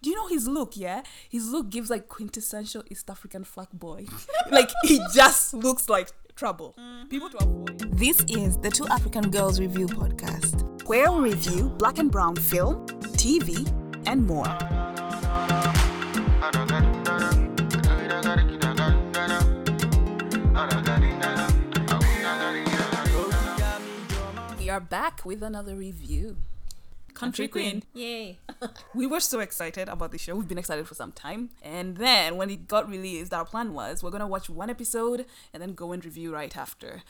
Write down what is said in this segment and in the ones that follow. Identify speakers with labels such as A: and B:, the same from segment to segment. A: Do you know his look? Yeah, his look gives like quintessential East African flag boy. like he just looks like trouble. People to avoid.
B: This is the Two African Girls Review Podcast.
C: where we review black and brown film, TV, and more.
A: We are back with another review. Country Queen.
D: Yay.
A: We were so excited about the show. We've been excited for some time. And then when it got released, our plan was we're going to watch one episode and then go and review right after.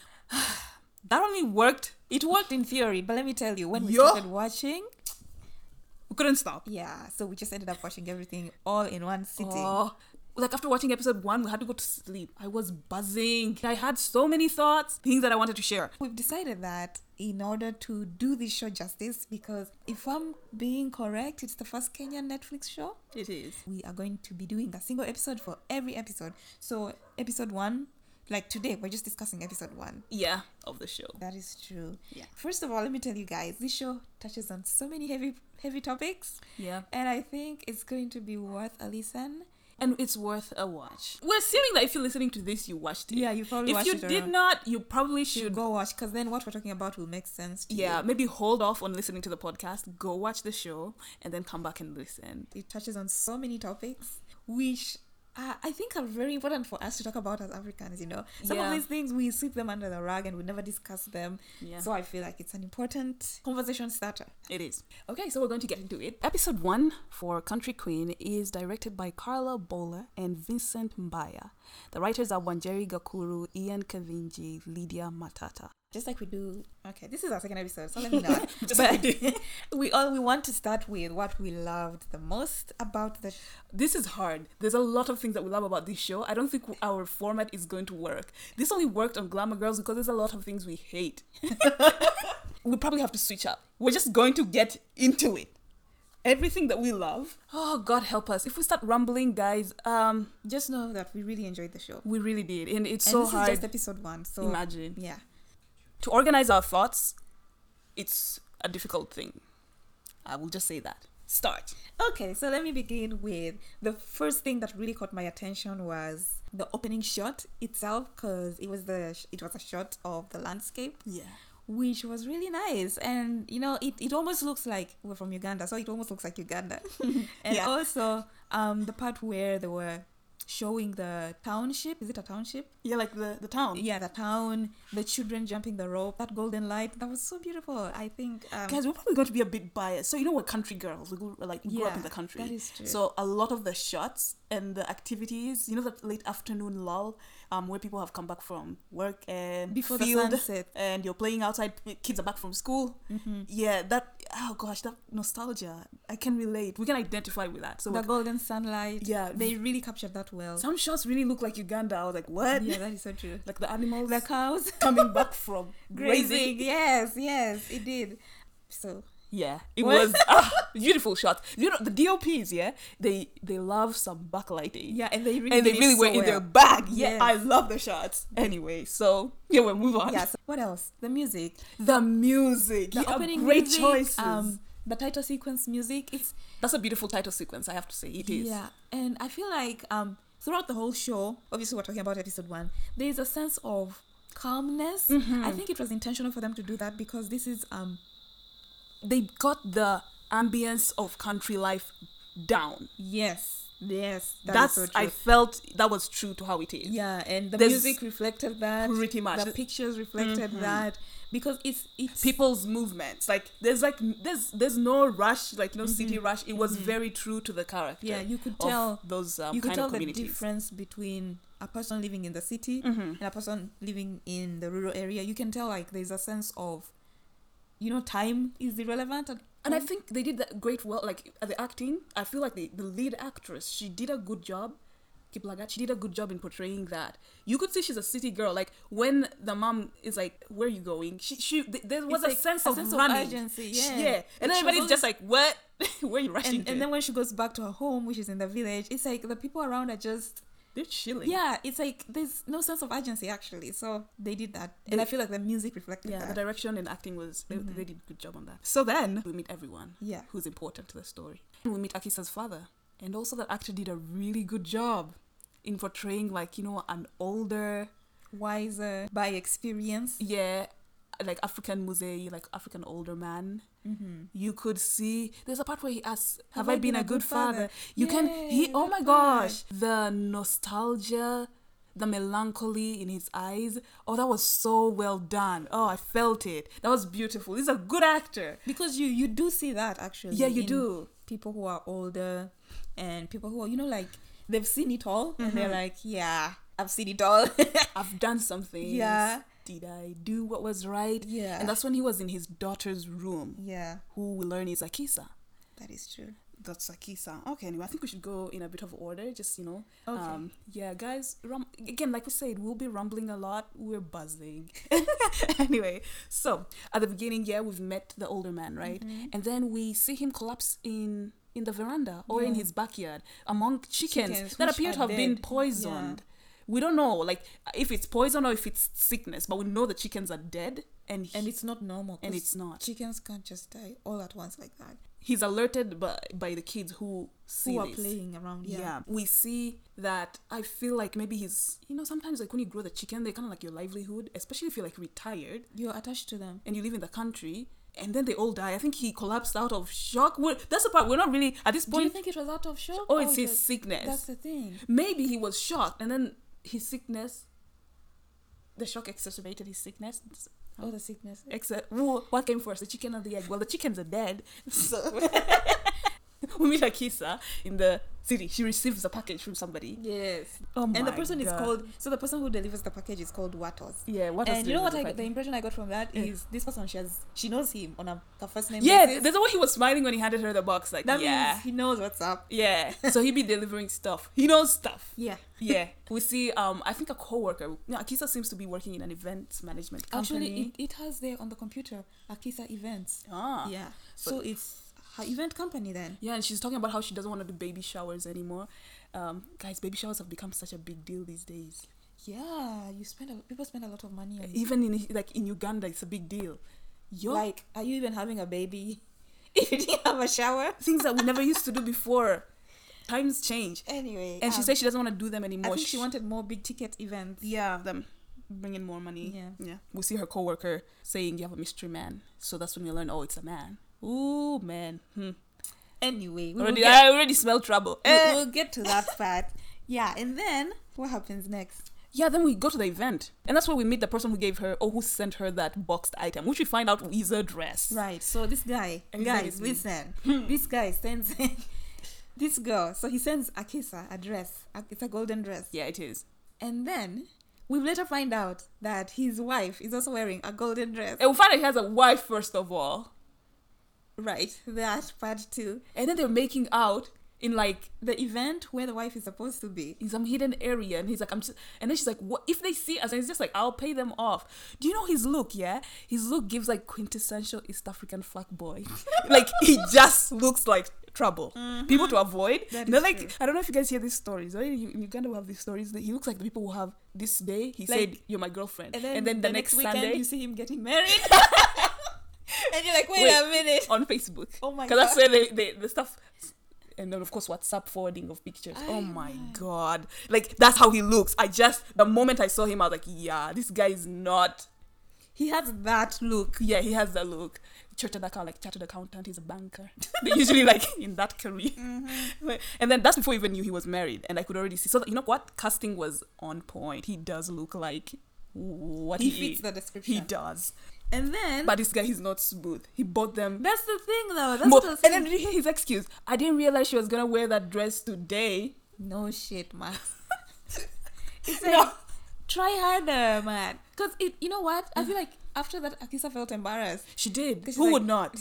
A: that only worked.
D: It worked in theory, but let me tell you, when we
A: Yo.
D: started watching,
A: We couldn't stop.
D: yeah, so we just ended up watching everything all in one sitting.
A: Oh, like after watching episode one, we had to go to sleep. I was buzzing. I had so many thoughts, things that I wanted to share.
D: We've decided that in order to do this show justice, because if I'm being correct, it's the first Kenyan Netflix show.
A: It is.
D: we are going to be doing a single episode for every episode. So episode one, like today, we're just discussing episode one.
A: Yeah, of the show.
D: That is true.
A: Yeah.
D: First of all, let me tell you guys, this show touches on so many heavy heavy topics.
A: Yeah.
D: And I think it's going to be worth a listen.
A: And it's worth a watch. We're assuming that if you're listening to this, you watched it.
D: Yeah, you probably
A: If
D: watched
A: you
D: it
A: did
D: around-
A: not, you probably should.
D: Go watch, because then what we're talking about will make sense to
A: Yeah,
D: you.
A: maybe hold off on listening to the podcast, go watch the show, and then come back and listen.
D: It touches on so many topics, which uh, I think are very important for us to talk about as Africans, you know. Some
A: Yeah.
D: of these things we sweep them under the rug and we never discuss them.
A: Yeah.
D: So I feel like it's an important conversation starter.
A: It is. Okay, so we're going to get into it. Episode 1 for Country Queen is directed by Carla Bowler and Vincent Mbaya. The writers are Wanjeri Gakuru, Ian Kavinji, Lydia Matata.
D: just like we do okay this is our second episode so let me know but we all we want to start with what we loved the most about the
A: This is hard. There's a lot of things that we love about this show. I don't think our format is going to work. This only worked on Glamour Girls because there's a lot of things we hate. we probably have to switch up. We're just going to get into it. Everything that we love. Oh God help us. If we start rumbling, guys, um
D: just know that we really enjoyed the show
A: we really did. And it's
D: and
A: so
D: this
A: hard.
D: is just episode one so
A: Imagine.
D: yeah
A: to organize our thoughts, it's a difficult thing. I will just say that. Start.
D: okay so let me begin with the first thing that really caught my attention was the opening shot itself because it was the sh- it was a shot of the landscape
A: Yeah.
D: which was really nice and you know it, it almost looks like we're from uganda so it almost looks like uganda and
A: Yeah.
D: also um the part where they were showing the township is it a township
A: Yeah, like the, the town.
D: yeah the town the children jumping the rope that golden light that was so beautiful i think um,
A: Guys, we're probably going to be a bit biased. So you know, we're country girls. We grew, like we grew up
D: Yeah,
A: in the country.
D: that is true.
A: So a lot of the shots and the activities, you know, that late afternoon lull, um, where people have come back from work and
D: Before the
A: field,
D: sunset. Mm-hmm.
A: and you're playing outside. p- Kids are back from school. Yeah, that. Oh gosh, that nostalgia. I can relate. We can identify with that. So
D: the
A: we're-
D: golden sunlight
A: Yeah.
D: they really captured that well
A: some shots really look like Uganda. I was like, what?
D: yeah that is so true
A: like the animals
D: the cows
A: coming back from
D: grazing
A: grazing.
D: yes yes it did so
A: Yeah, it
D: What?
A: was ah, beautiful shot. You know the DOPs, yeah, they they love some backlighting.
D: yeah and they really
A: and they
D: did it
A: really
D: so
A: were in their
D: well.
A: bag. Yeah,
D: Yes.
A: I love the shots. Anyway, so yeah, we'll move on.
D: yeah so what else the music
A: the music,
D: the
A: yeah,
D: opening
A: great
D: music,
A: choices.
D: um, the title sequence music it's
A: That's a beautiful title sequence. I have to say, it is.
D: yeah and i feel like um throughout the whole show obviously we're talking about episode one there is a sense of calmness
A: Mm-hmm.
D: i think it was intentional for them to do that because this is um
A: They got the ambience of country life down.
D: yes yes that is
A: That's
D: so true.
A: I felt that was true to how it is.
D: yeah and the
A: There's-
D: music reflected that
A: Pretty much. Mm-hmm.
D: the pictures reflected that because it's it's
A: people's movements like there's like there's there's no rush like no city rush it was very true to the character
D: Mm-hmm. Yeah, you could
A: of
D: tell-
A: those um,
D: you could
A: kind
D: tell
A: of
D: the
A: communities Mm-hmm.
D: difference between a person living in the city and a person living in the rural area. You can tell like there's a sense of, you know, time is irrelevant. And,
A: and i think they did that great well like uh, the acting i feel like the, the lead actress she did a good job Kiplagat, she did a good job in portraying that. You could see she's a city girl. Like when the mom is like, "Where are you going?" She, she th- there was
D: It's
A: a
D: like
A: sense
D: a
A: of
D: sense of
A: running.
D: urgency,
A: She-
D: yeah.
A: yeah.
D: Like,
A: And
D: she
A: everybody's
D: was
A: just like, "What? Where are you rushing
D: and, and
A: to?"
D: then when she goes back to her home, which is in the village, it's like the people around are just
A: They're chilling.
D: Yeah, it's like there's no sense of urgency actually. So they did that, and I feel like the music reflected
A: Yeah, the
D: that.
A: direction and acting was they, they did a good job on that. So then we meet everyone
D: Yeah.
A: who's important to the story. We meet Akisa's father, and also that actor did a really good job in portraying like you know an older,
D: Wiser by experience.
A: yeah, like African musei, like African older man. Mm-hmm. You could see there's a part where he asks, "Have, I been, a good, father? You can. He.
D: Yay,
A: Oh
D: that
A: my
D: part.
A: gosh, the nostalgia." The melancholy in his eyes. Oh, that was so well done. Oh, I felt it. That was beautiful. He's a good actor.
D: because you you do see that actually
A: Yeah, you
D: in
A: do.
D: people who are older and people who are you know like they've seen it all and
A: Mm-hmm.
D: they're like yeah i've seen it all
A: I've done something.
D: Yeah.
A: Did I do what was right?
D: Yeah.
A: And that's when he was in his daughter's room,
D: yeah
A: who we learn is Akisa.
D: that is true
A: That's Akisa. Okay, anyway, I think we should go in a bit of order, just, you know.
D: Okay.
A: Um, yeah, guys, rum- again, like we said, we'll be rumbling a lot. We're buzzing. anyway, so at the beginning, yeah, we've met the older man, right?
D: Mm-hmm.
A: And then we see him collapse in. In the veranda or in
D: Yeah.
A: his backyard among chickens,
D: Chickens,
A: that
D: which
A: appear
D: are
A: to have been
D: dead. Yeah.
A: poisoned. We don't know, like if it's poison or if it's sickness, but we know the chickens are dead, and he-
D: and it's not normal
A: And
D: 'cause
A: it's not.
D: chickens can't just die all at once like that
A: he's alerted by by the kids who see
D: who are
A: this.
D: playing around
A: Yeah.
D: yeah,
A: we see that. I feel like maybe he's, you know, sometimes like when you grow the chicken, they're kind of like your livelihood, especially if you're like retired
D: you're attached to them
A: and you live in the country, and then they all die. I think he collapsed out of shock. We're, that's the part we're not really at this
D: do you
A: point.
D: think it was out of shock
A: Oh,
D: or
A: it's
D: it
A: his
D: was-
A: sickness.
D: that's the thing
A: maybe he was shocked, and then his sickness, the shock exacerbated his sickness.
D: oh the sickness
A: Except, whoa, what came first, the chicken or the egg? Well, the chickens are dead. So we meet Akisa in the city. She receives a package from somebody.
D: yes
A: Oh
D: and the
A: my
D: person is
A: God.
D: called so the person who delivers the package is called watos
A: Yeah, what else
D: and
A: do
D: you know what
A: do
D: I,
A: with the
D: the
A: package?
D: impression I got from that
A: Yeah.
D: is this person she has she knows him on a the first name
A: Yeah,
D: basis.
A: there's a way he was smiling when he handed her the box. Like,
D: that
A: yeah.
D: means he knows what's up.
A: yeah. so he be delivering stuff. He knows stuff.
D: Yeah,
A: Yeah. We see, um, I think a coworker. No, Akisa seems to be working in an event management company.
D: actually, it, it has there on the computer Akisa Events.
A: ah.
D: yeah, so it's her event company then.
A: Yeah, and she's talking about how she doesn't want to do baby showers anymore. Um, guys, baby showers have become such a big deal these days.
D: Yeah, you spend a, people spend a lot of money on it.
A: even in like in Uganda, it's a big deal. Yo,
D: Like, are you even having a baby if you didn't have a shower?
A: things that we never used to do before. Times change,
D: Anyway,
A: and she
D: um,
A: said she doesn't want to do them
D: I
A: anymore.
D: think she wanted more big ticket events.
A: yeah them bringing more money.
D: Yeah.
A: yeah. We see her coworker saying you have a mystery man, so that's when we learn oh it's a man. Ooh man, hmm.
D: Anyway, we will
A: already
D: get-
A: I already smell trouble.
D: we-
A: Eh.
D: we'll get to that part. Yeah, and then what happens next?
A: Yeah, then we go to the event, and that's where we meet the person who gave her or who sent her that boxed item, which we find out is a dress.
D: Right. So this guy, guys,
A: Exactly.
D: listen. this guy sends this girl. So he sends Akisa a dress. A- It's a golden dress.
A: Yeah, it is.
D: And then we later find out that his wife is also wearing a golden dress.
A: And we find out he has a wife first of all.
D: Right. That part too.
A: and then they're making out in like
D: The event where the wife is supposed to be.
A: in some hidden area and he's like i'm just and then she's like what if they see us and he's just like i'll pay them off do you know his look yeah his look gives like quintessential east african fuck boy like he just looks like trouble people to avoid
D: Mm-hmm. That
A: they're
D: is
A: like
D: true.
A: i don't know if you guys hear these stories right you, in uganda we have these stories that he looks like the people who have this day he
D: Like-
A: said you're my girlfriend and then, the, next,
D: weekend
A: sunday
D: you see him getting married. and you're like, wait, a minute.
A: on facebook
D: Oh my
A: because that's
D: God.
A: where they, they, the stuff and then of course whatsapp forwarding of pictures oh
D: I
A: my
D: know.
A: god like that's how he looks i just the moment i saw him i was like yeah this guy is not
D: He has that look.
A: yeah he has that look chartered account like chartered accountant he's a banker they usually like in that career
D: Mm-hmm.
A: But- and then that's before I even knew he was married and i could already see so that, you know what casting was on point he does look like what he,
D: He fits
A: is.
D: the description.
A: he does
D: And then
A: but this guy is not smooth he bought them
D: that's the thing though. That's
A: Mo-
D: the thing.
A: and then did you hear his excuse? I didn't realize she was gonna wear that dress today.
D: No shit, Max. it's like,
A: No.
D: try harder, man. Because it, you know what? I feel like after that, Akisa felt embarrassed.
A: She did.
D: 'Cause she's
A: Who
D: like-
A: would not?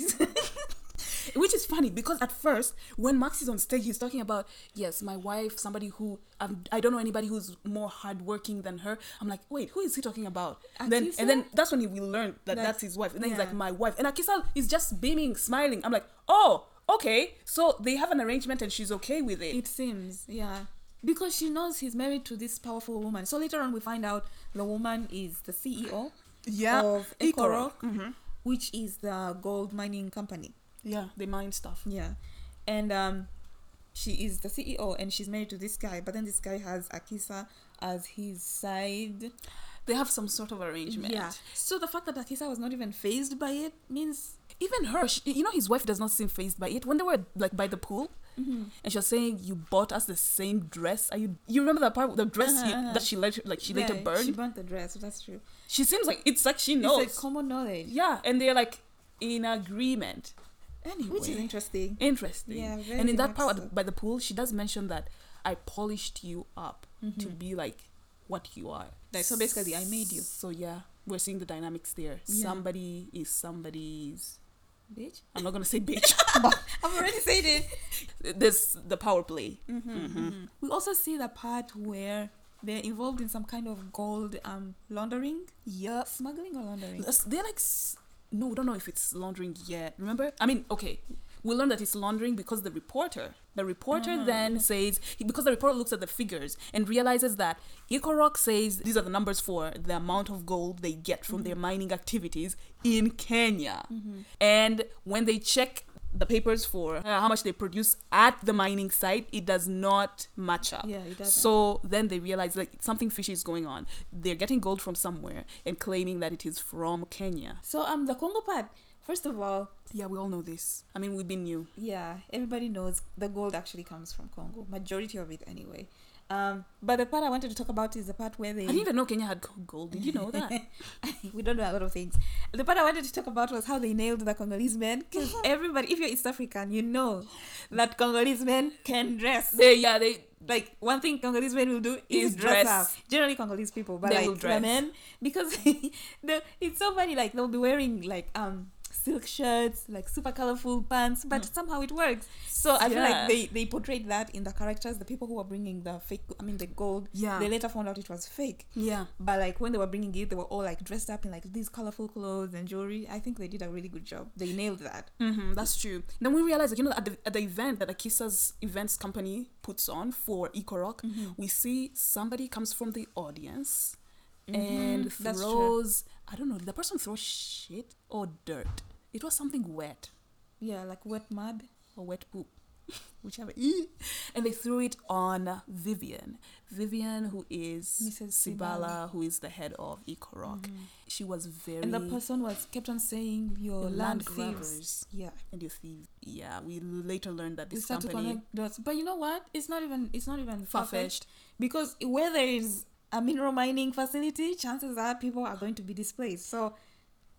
A: Which is funny because at first, when Max is on stage, he's talking about yes, my wife, somebody who um, I don't know anybody who's more hardworking than her. I'm like, wait, who is he talking about? And then
D: Akisa?
A: and then that's when he, we learned that
D: That-
A: that's his wife. And then he's
D: yeah.
A: like, my wife. And Akisa is just beaming, smiling. I'm like, oh, okay. So they have an arrangement and she's okay with it.
D: It seems, yeah. because she knows he's married to this powerful woman. So later on, we find out the woman is the CEO
A: Yeah.
D: of
A: Ikoro.
D: Ikoro, which is the gold mining company.
A: Yeah, they mind stuff.
D: Yeah, and um, she is the CEO, and she's married to this guy. But then this guy has Akisa as his side.
A: They have some sort of arrangement.
D: Yeah. So the fact that Akisa was not even phased by it means
A: Even her, she, you know, his wife does not seem phased by it. When they were like by the pool,
D: Mm-hmm.
A: and she was saying, "You bought us the same dress." Are you? You remember that part? The dress
D: Uh-huh,
A: you,
D: uh-huh.
A: that she later, like she later
D: Yeah,
A: burned.
D: She
A: She,
D: burnt the dress. That's true.
A: seems like it's like she knows.
D: It's like common knowledge,
A: yeah, and they're like in agreement. Anyway,
D: which is interesting.
A: interesting.
D: Yeah,
A: and
D: very
A: in that part
D: much so.
A: by the pool, she does mention that I polished you up to
D: Mm-hmm.
A: be like what you are.
D: Like, so basically, I made you.
A: So yeah, we're seeing the dynamics there.
D: Yeah.
A: Somebody is somebody's.
D: Bitch,
A: I'm not gonna say bitch.
D: I've already said it. Mm-hmm.
A: There's the power play. Mm-hmm.
D: We also see the part where they're involved in some kind of gold um laundering, Uh,
A: Yep.
D: smuggling or laundering.
A: That's- They're like, s- no, we don't know if it's laundering yet. Remember? I mean, okay. We learned that it's laundering because the reporter, the reporter then says, because the reporter looks at the figures and realizes that Ikorok says these are the numbers for the amount of gold they get from their mining activities in Kenya.
D: Mm-hmm.
A: And when they check the papers for uh, how much they produce at the mining site, it does not match up.
D: Yeah, it doesn't.
A: Uh, So then they realize like something fishy is going on. They're getting gold from somewhere and claiming that it is from Kenya.
D: So um the Congo part. First of all,
A: Yeah, we all know this. I mean, we've been new.
D: yeah, everybody knows the gold actually comes from Congo, majority of it anyway. Um, but the part I wanted to talk about is the part where they
A: I didn't even know Kenya had gold. Did you know that?
D: we don't know a lot of things. The part I wanted to talk about was how they nailed the Congolese men. Because everybody, if you're East African, you know that Congolese men can dress.
A: they, yeah, they.
D: like one thing Congolese men will do
A: Is
D: is, dress.
A: dress.
D: up. Generally Congolese people, but
A: They
D: like
A: will dress.
D: the men because the, it's so funny. Like they'll be wearing like um silk shirts, like super colorful pants, but
A: Mm.
D: somehow it works. So I feel
A: Yeah.
D: like they they portrayed that in the characters. The people who were bringing the fake, I mean the gold.
A: Yeah.
D: They later found out it was fake.
A: Yeah.
D: But like when they were bringing it, they were all like dressed up in like these colorful clothes and jewelry. I think they did a really good job. They nailed that.
A: Mm, that's true. Then we realized, like, you know, at the, at the event that Akisa's events company puts on for Ikorok,
D: Mm-hmm.
A: we see somebody comes from the audience Mm-hmm. and
D: Mhm, that's true.
A: throws, I don't know, did the person throw shit or dirt? It was something wet
D: Yeah, like wet mud.
A: or wet poop, whichever. Eh. And they threw it on Vivian. Vivian, who is
D: Mrs.
A: Sibala, who is the head of Ikorok. She was very.
D: Mm-hmm. And the person was kept on saying your,
A: Your
D: land,
A: land
D: thieves.
A: grabbers.
D: Yeah.
A: and you thieves. Yeah, we later learned that
D: We
A: this
D: start to
A: company.
D: connect dots. But you know what? It's not even it's not even far
A: Far-fetched.
D: fetched because where there is a mineral mining facility, chances are people are going to be displaced. So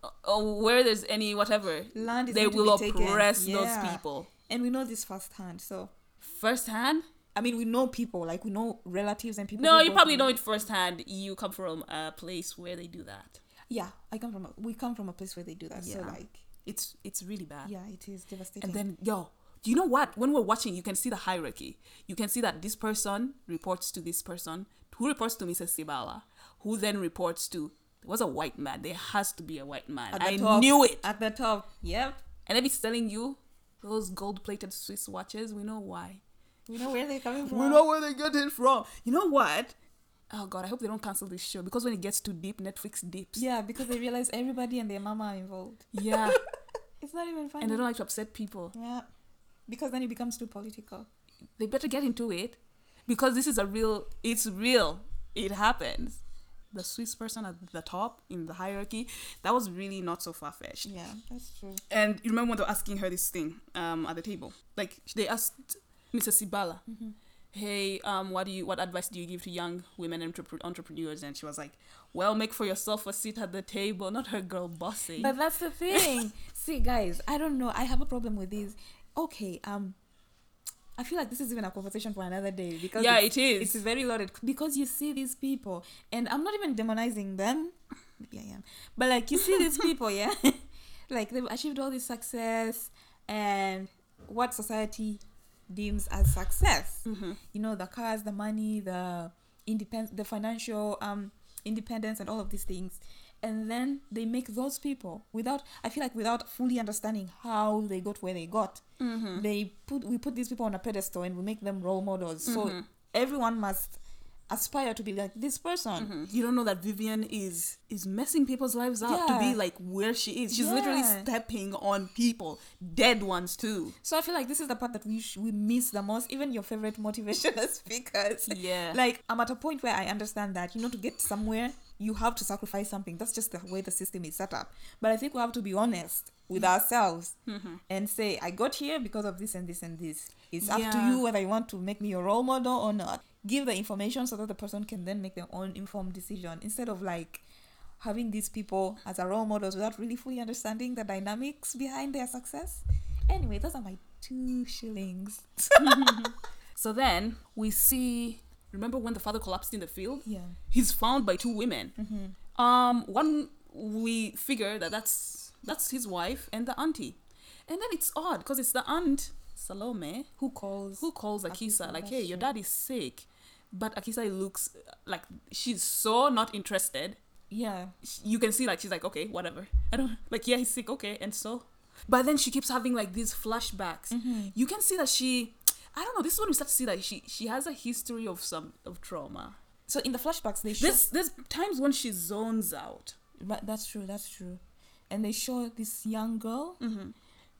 A: or uh, oh, where there's any whatever,
D: land is
A: they
D: going to
A: will
D: be taken.
A: oppress those
D: Yeah.
A: people
D: and we know this firsthand. So
A: firsthand.
D: I mean, we know people like we know relatives and people.
A: No,
D: who
A: you
D: go
A: probably
D: through-
A: know it firsthand. You come from a place where they do that.
D: Yeah, I come from a, we come from a place where they do that. So
A: Yeah.
D: like,
A: It's it's really bad.
D: yeah, it is devastating.
A: And then yo, do you know what? When we're watching, you can see the hierarchy. You can see that this person reports to this person, who reports to Mrs. Sibala, who then reports to. There was a white man. There has to be a white man.
D: At the
A: I
D: top-
A: knew it.
D: at the top. Yep,
A: And if it's telling you those gold-plated Swiss watches, we know why.
D: we know where they're coming from.
A: We know where they get it from. You know what? Oh god, I hope they don't cancel this show because when it gets too deep, Netflix dips.
D: Yeah, because they realize everybody and their mama are involved.
A: Yeah.
D: It's not even funny.
A: and I don't like to upset people.
D: Yeah. Because then it becomes too political.
A: They better get into it because this is a real it's real. It happens. The Swiss person at the top in the hierarchy, that was really not so far fetched.
D: Yeah, that's true.
A: And you remember when they were asking her this thing um, at the table? Like they asked Mrs. Sibala, "Hey, um, what do you? What advice do you give to young women entrepre- entrepreneurs?" And she was like, "Well, make for yourself a seat at the table, not her girl bossing."
D: But that's the thing. See, guys, I don't know. I have a problem with these. Okay, um, I feel like this is even a conversation for another day because
A: yeah,
D: it's,
A: it is.
D: it's very loaded because you see these people, and I'm not even demonizing them. Maybe I am, but like you see these people, yeah, like they've achieved all this success and what society deems as success. You know, the cars, the money, the independent, the financial um independence, and all of these things. And then they make those people without. I feel like without fully understanding how they got where they got, they put we put these people on a pedestal and we make them role models. So everyone must aspire to be like this person.
A: You don't know that Vivian is is messing people's lives up to be
D: Yeah.
A: like where she is. She's literally
D: Yeah.
A: stepping on people, dead ones too.
D: So I feel like this is the part that we sh- we miss the most. Even your favorite motivational speakers.
A: Yeah.
D: Like I'm at a point where I understand that you know to get somewhere you have to sacrifice something. That's just the way the system is set up. But I think we have to be honest with ourselves and say I got here because of this and this and this. It's up to
A: Yeah.
D: you whether you want to make me your role model or not. Give the information so that the person can then make their own informed decision instead of like having these people as our role models without really fully understanding the dynamics behind their success. Anyway, those are my two shillings.
A: So then we see. Remember when the father collapsed in the field?
D: Yeah. Mm-hmm.
A: He's found by two women. Um, one we figure that that's that's his wife and the auntie, and then it's odd because it's the aunt Salome
D: Who calls?
A: who calls Akisa,
D: Akisa,
A: like,
D: that's
A: "Hey, your
D: true.
A: dad is sick," but Akisa looks uh, like she's so not interested.
D: Yeah.
A: sh- you can see like she's like okay whatever i don't like yeah he's sick okay and so but then she keeps having like these flashbacks you can see that she i don't know this is when we start to see that she she has a history of some of trauma
D: So in the flashbacks, they show.
A: this there's times when she zones out
D: Right, that's true. That's true. And they show this young girl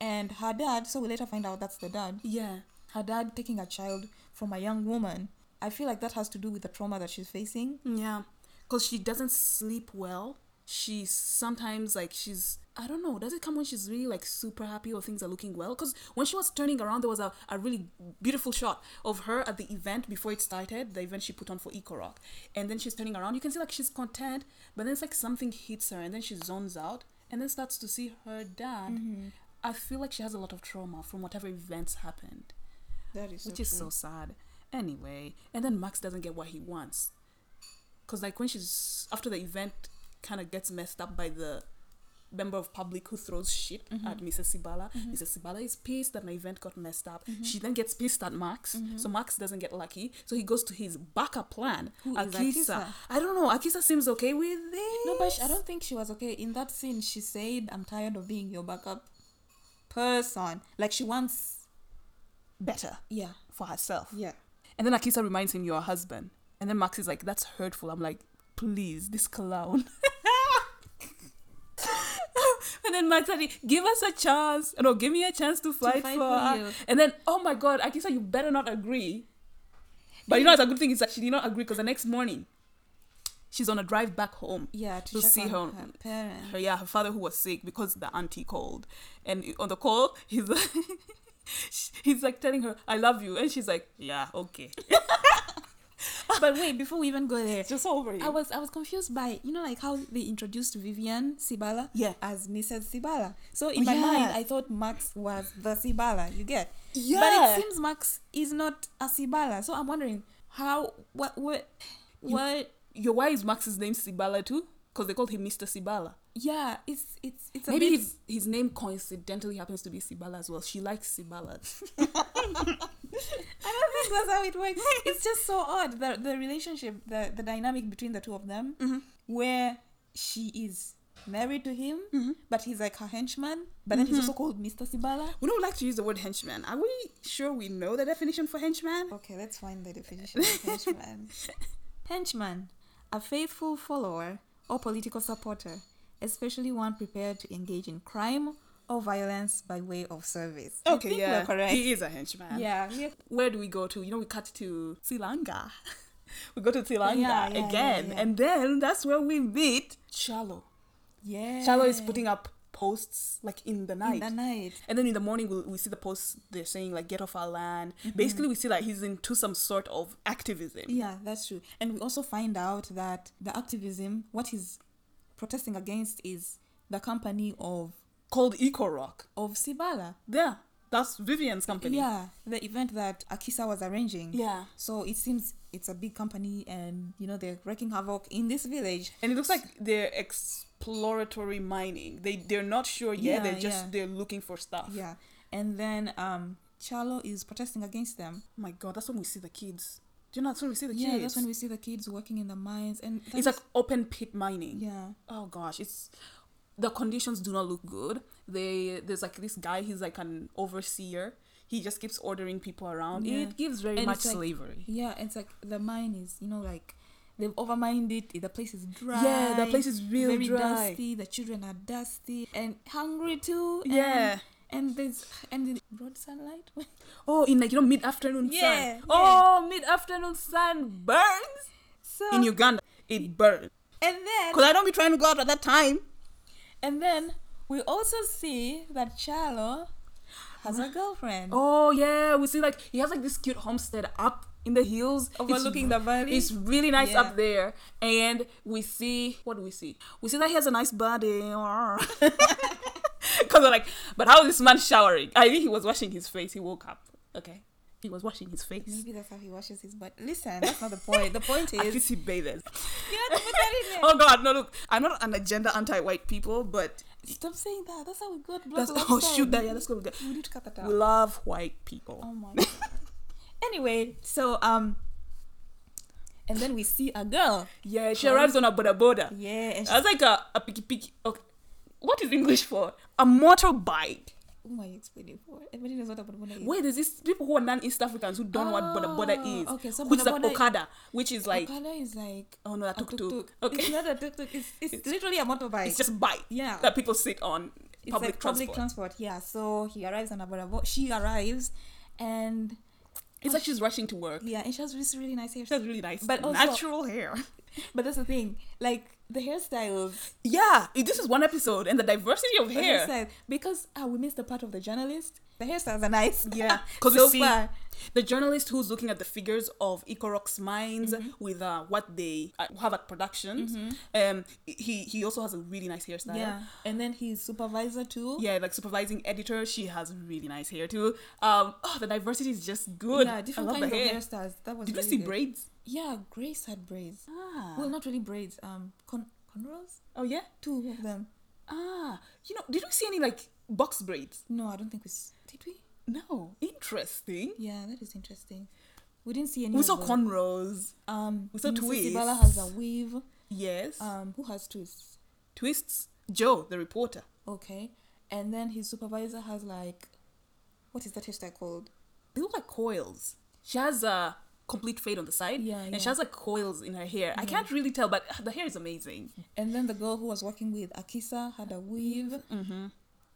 D: and her dad. So we later find out that's the dad.
A: yeah
D: Her dad taking a child from a young woman. I feel like that has to do with the trauma that she's facing.
A: yeah because she doesn't sleep well she sometimes like she's i don't know does it come when she's really like super happy or things are looking well because when she was turning around there was a, a really beautiful shot of her at the event before it started the event she put on for eco rock and then she's turning around you can see like she's content but then it's like something hits her and then she zones out and then starts to see her dad i feel like she has a lot of trauma from whatever events happened
D: That is
A: which is so sad. Anyway, and then Max doesn't get what he wants, cause like when she's after the event, kind of gets messed up by the member of public who throws shit
D: Mm-hmm.
A: at Mrs. Sibala. Mrs. Sibala is pissed that my event got messed up.
D: Mm-hmm.
A: She then gets pissed at Max, so Max doesn't get lucky. So he goes to his backup plan,
D: Who is
A: Akisa.
D: Akisa?
A: I don't know. Akisa seems okay with it.
D: No, but sh I don't think she was okay. In that scene, she said, I'm tired of being your backup person. Like, she wants
A: better
D: Yeah.
A: for herself.
D: Yeah.
A: And then Akisa reminds him, "You're a husband." And then Max is like, "That's hurtful." I'm like, "Please, this clown." and then Max said, "Give us a chance. No, give me a chance to fight,
D: fight
A: for."
D: for
A: her."
D: you.
A: And then, oh my God, Akisa, you better not agree. But you know, it's a good thing is that she did not agree because the next morning, she's on a drive back home.
D: Yeah, to
A: To
D: check
A: see
D: on
A: her-
D: her parents.
A: Her, yeah, her father who was sick because the auntie called, and on the call, he's like, he's like telling her, "I love you," and she's like, "Yeah, okay."
D: but wait, before we even go there,
A: Just over
D: I was I was confused by you know like how they introduced Vivian Sibala
A: Yeah.
D: as Mrs. Sibala. So in my
A: yeah.
D: mind, I thought Max was the Sibala. You get?
A: Yeah.
D: But it seems Max is not a Sibala. So I'm wondering how what what what.
A: Yo, why is Max's name Sibala too? Because they called him Mr. Sibala.
D: Yeah, it's it's it's a
A: Maybe
D: bit-
A: his, his name coincidentally happens to be Sibala as well. She likes Sibalas.
D: I don't think that's how it works. It's just so odd the the relationship, the the dynamic between the two of them, where she is married to him, but he's like her henchman. But then he's also called Mr. Sibala.
A: we don't like to use the word henchman. Are we sure we know the definition for henchman?
D: Okay, let's find the definition of henchman. henchman, a faithful follower or political supporter, especially one prepared to engage in crime or violence by way of service. I think We're correct.
A: He is a henchman.
D: yeah, we are-
A: Where do we go to? You know, we cut to Sri Lanka. we go to Sri Lanka
D: Yeah, yeah,
A: again.
D: yeah, yeah.
A: And then that's where we meet Shallow.
D: yeah.
A: Shallow is putting up posts like in the night.
D: in the night.
A: And then in the morning, we, we see the posts they're saying, like, get off our land. Basically, we see that he's into some sort of activism.
D: Mm-hmm. Yeah, that's true. And we also find out that the activism, what he's protesting against, is the company of
A: called Eco Rock.
D: of Sibala.
A: Yeah, that's Vivian's company.
D: Yeah, the event that Akisa was arranging.
A: Yeah.
D: So it seems it's a big company, and you know they're wreaking havoc in this village.
A: And it looks like they're exploratory mining. They they're not sure yet.
D: Yeah,
A: they're just
D: yeah.
A: they're looking for stuff.
D: Yeah. And then um, Charlo is protesting against them.
A: Oh my god, that's when we see the kids. Do you know that's when we see the
D: Yeah,
A: kids?
D: that's when we see the kids working in the mines, and
A: It's like
D: that's-
A: open pit mining.
D: yeah,
A: Oh gosh, it's the conditions do not look good. They there's like this guy, he's like an overseer. He just keeps ordering people around.
D: Yeah.
A: It gives very
D: And
A: much
D: it's like-
A: slavery. movie.
D: Yeah, it's like the mine is, you know, like they've overmined it. The place is dry.
A: Yeah, the place is real
D: very
A: dry.
D: dusty. The children are dusty and hungry too. and-
A: Yeah.
D: And there's and the broad sunlight.
A: Oh, in like you know mid afternoon sun.
D: Yeah, yeah.
A: Oh, mid afternoon sun burns
D: so
A: in Uganda. It burns.
D: and then
A: Cause I don't be trying to go out at that time.
D: and then we also see that Charlo has a girlfriend.
A: Oh yeah, we see like he has like this cute homestead up in the hills, It's-
D: Overlooking the valley.
A: It's really nice
D: Yeah.
A: up there, and we see what do we see? We see that he has a nice body. Because we're like, but how is this man showering? I think he was washing his face. He woke up. Okay, he was washing his face.
D: Maybe that's how he washes his butt. Listen, that's not the point. The point
A: At
D: is
A: least he bathes.
D: you have to put that in there.
A: Oh God, no! Look, I'm not an agenda anti-white people, but
D: Stop saying that. That's how we got black
A: that's oh shoot that yeah, let's go. with that.
D: We need to cut that out.
A: We love white people.
D: Oh my god. anyway, so um and then we see a girl.
A: Yeah, she arrives on a boda boda.
D: Yeah, and she,
A: That's like a, a piki piki. Okay. What is English for? A motorbike.
D: who am I explaining for? Everybody knows what a bodaboda is.
A: Where there's these people who are non East Africans who don't know what boda boda
D: Ah,
A: is.
D: okay, so
A: which is like
D: boda-boda-
A: Okada, which is like,
D: Okada is like
A: oh no, a tuk tuk.
D: Okay.
A: Okay.
D: It's not a tuk tuk. It's, it's, literally a motorbike.
A: It's just a bike
D: Yeah.
A: that people sit on
D: It's
A: public
D: like
A: transport.
D: public transport. Yeah. So he arrives on a bodaboda. She arrives, and
A: it's like she's rushing to work.
D: yeah, and she has this really nice hair.
A: She has really nice
D: But also-
A: natural hair.
D: But that's the thing, like the hairstyles.
A: Yeah, it- this is one episode and the diversity of
D: the
A: hair.
D: hairstyle- because ah, we missed the part of the journalist. The hairstyles are nice.
A: Yeah, because
D: so
A: we see
D: far.
A: the journalist who's looking at the figures of Ikorok's mines
D: Mm-hmm.
A: with uh, what they uh, have at productions. Um, he he also has a really nice hairstyle.
D: Mm-hmm. Yeah, and then his supervisor too.
A: Yeah, like supervising editor, she has really nice hair too. Um, oh, the diversity is just good.
D: Yeah, different
A: I love
D: kinds
A: the
D: of
A: hair.
D: hairstyles. That was.
A: Did you
D: really
A: see
D: good.
A: braids?
D: Yeah, Grace had braids.
A: Ah.
D: Well, not really braids. Um, con- cornrows.
A: oh yeah.
D: Two of them.
A: Ah, you know, did we see any like box braids?
D: No, I don't think we s- did. We.
A: No. Interesting.
D: Yeah, that is interesting. We didn't see any.
A: We
D: of
A: saw
D: them.
A: cornrows.
D: Um,
A: we saw
D: Mrs. Sibala
A: twists.
D: has a weave.
A: Yes.
D: Um, who has twists?
A: Twists. Joe, the reporter.
D: Okay, and then his supervisor has like, what is that hairstyle called?
A: they look like coils. She has a complete fade on the side,
D: Yeah,
A: and
D: yeah.
A: she has like coils in her hair. I can't really tell, but the hair is amazing.
D: And then the girl who was working with Akisa had a weave. Mm-hmm.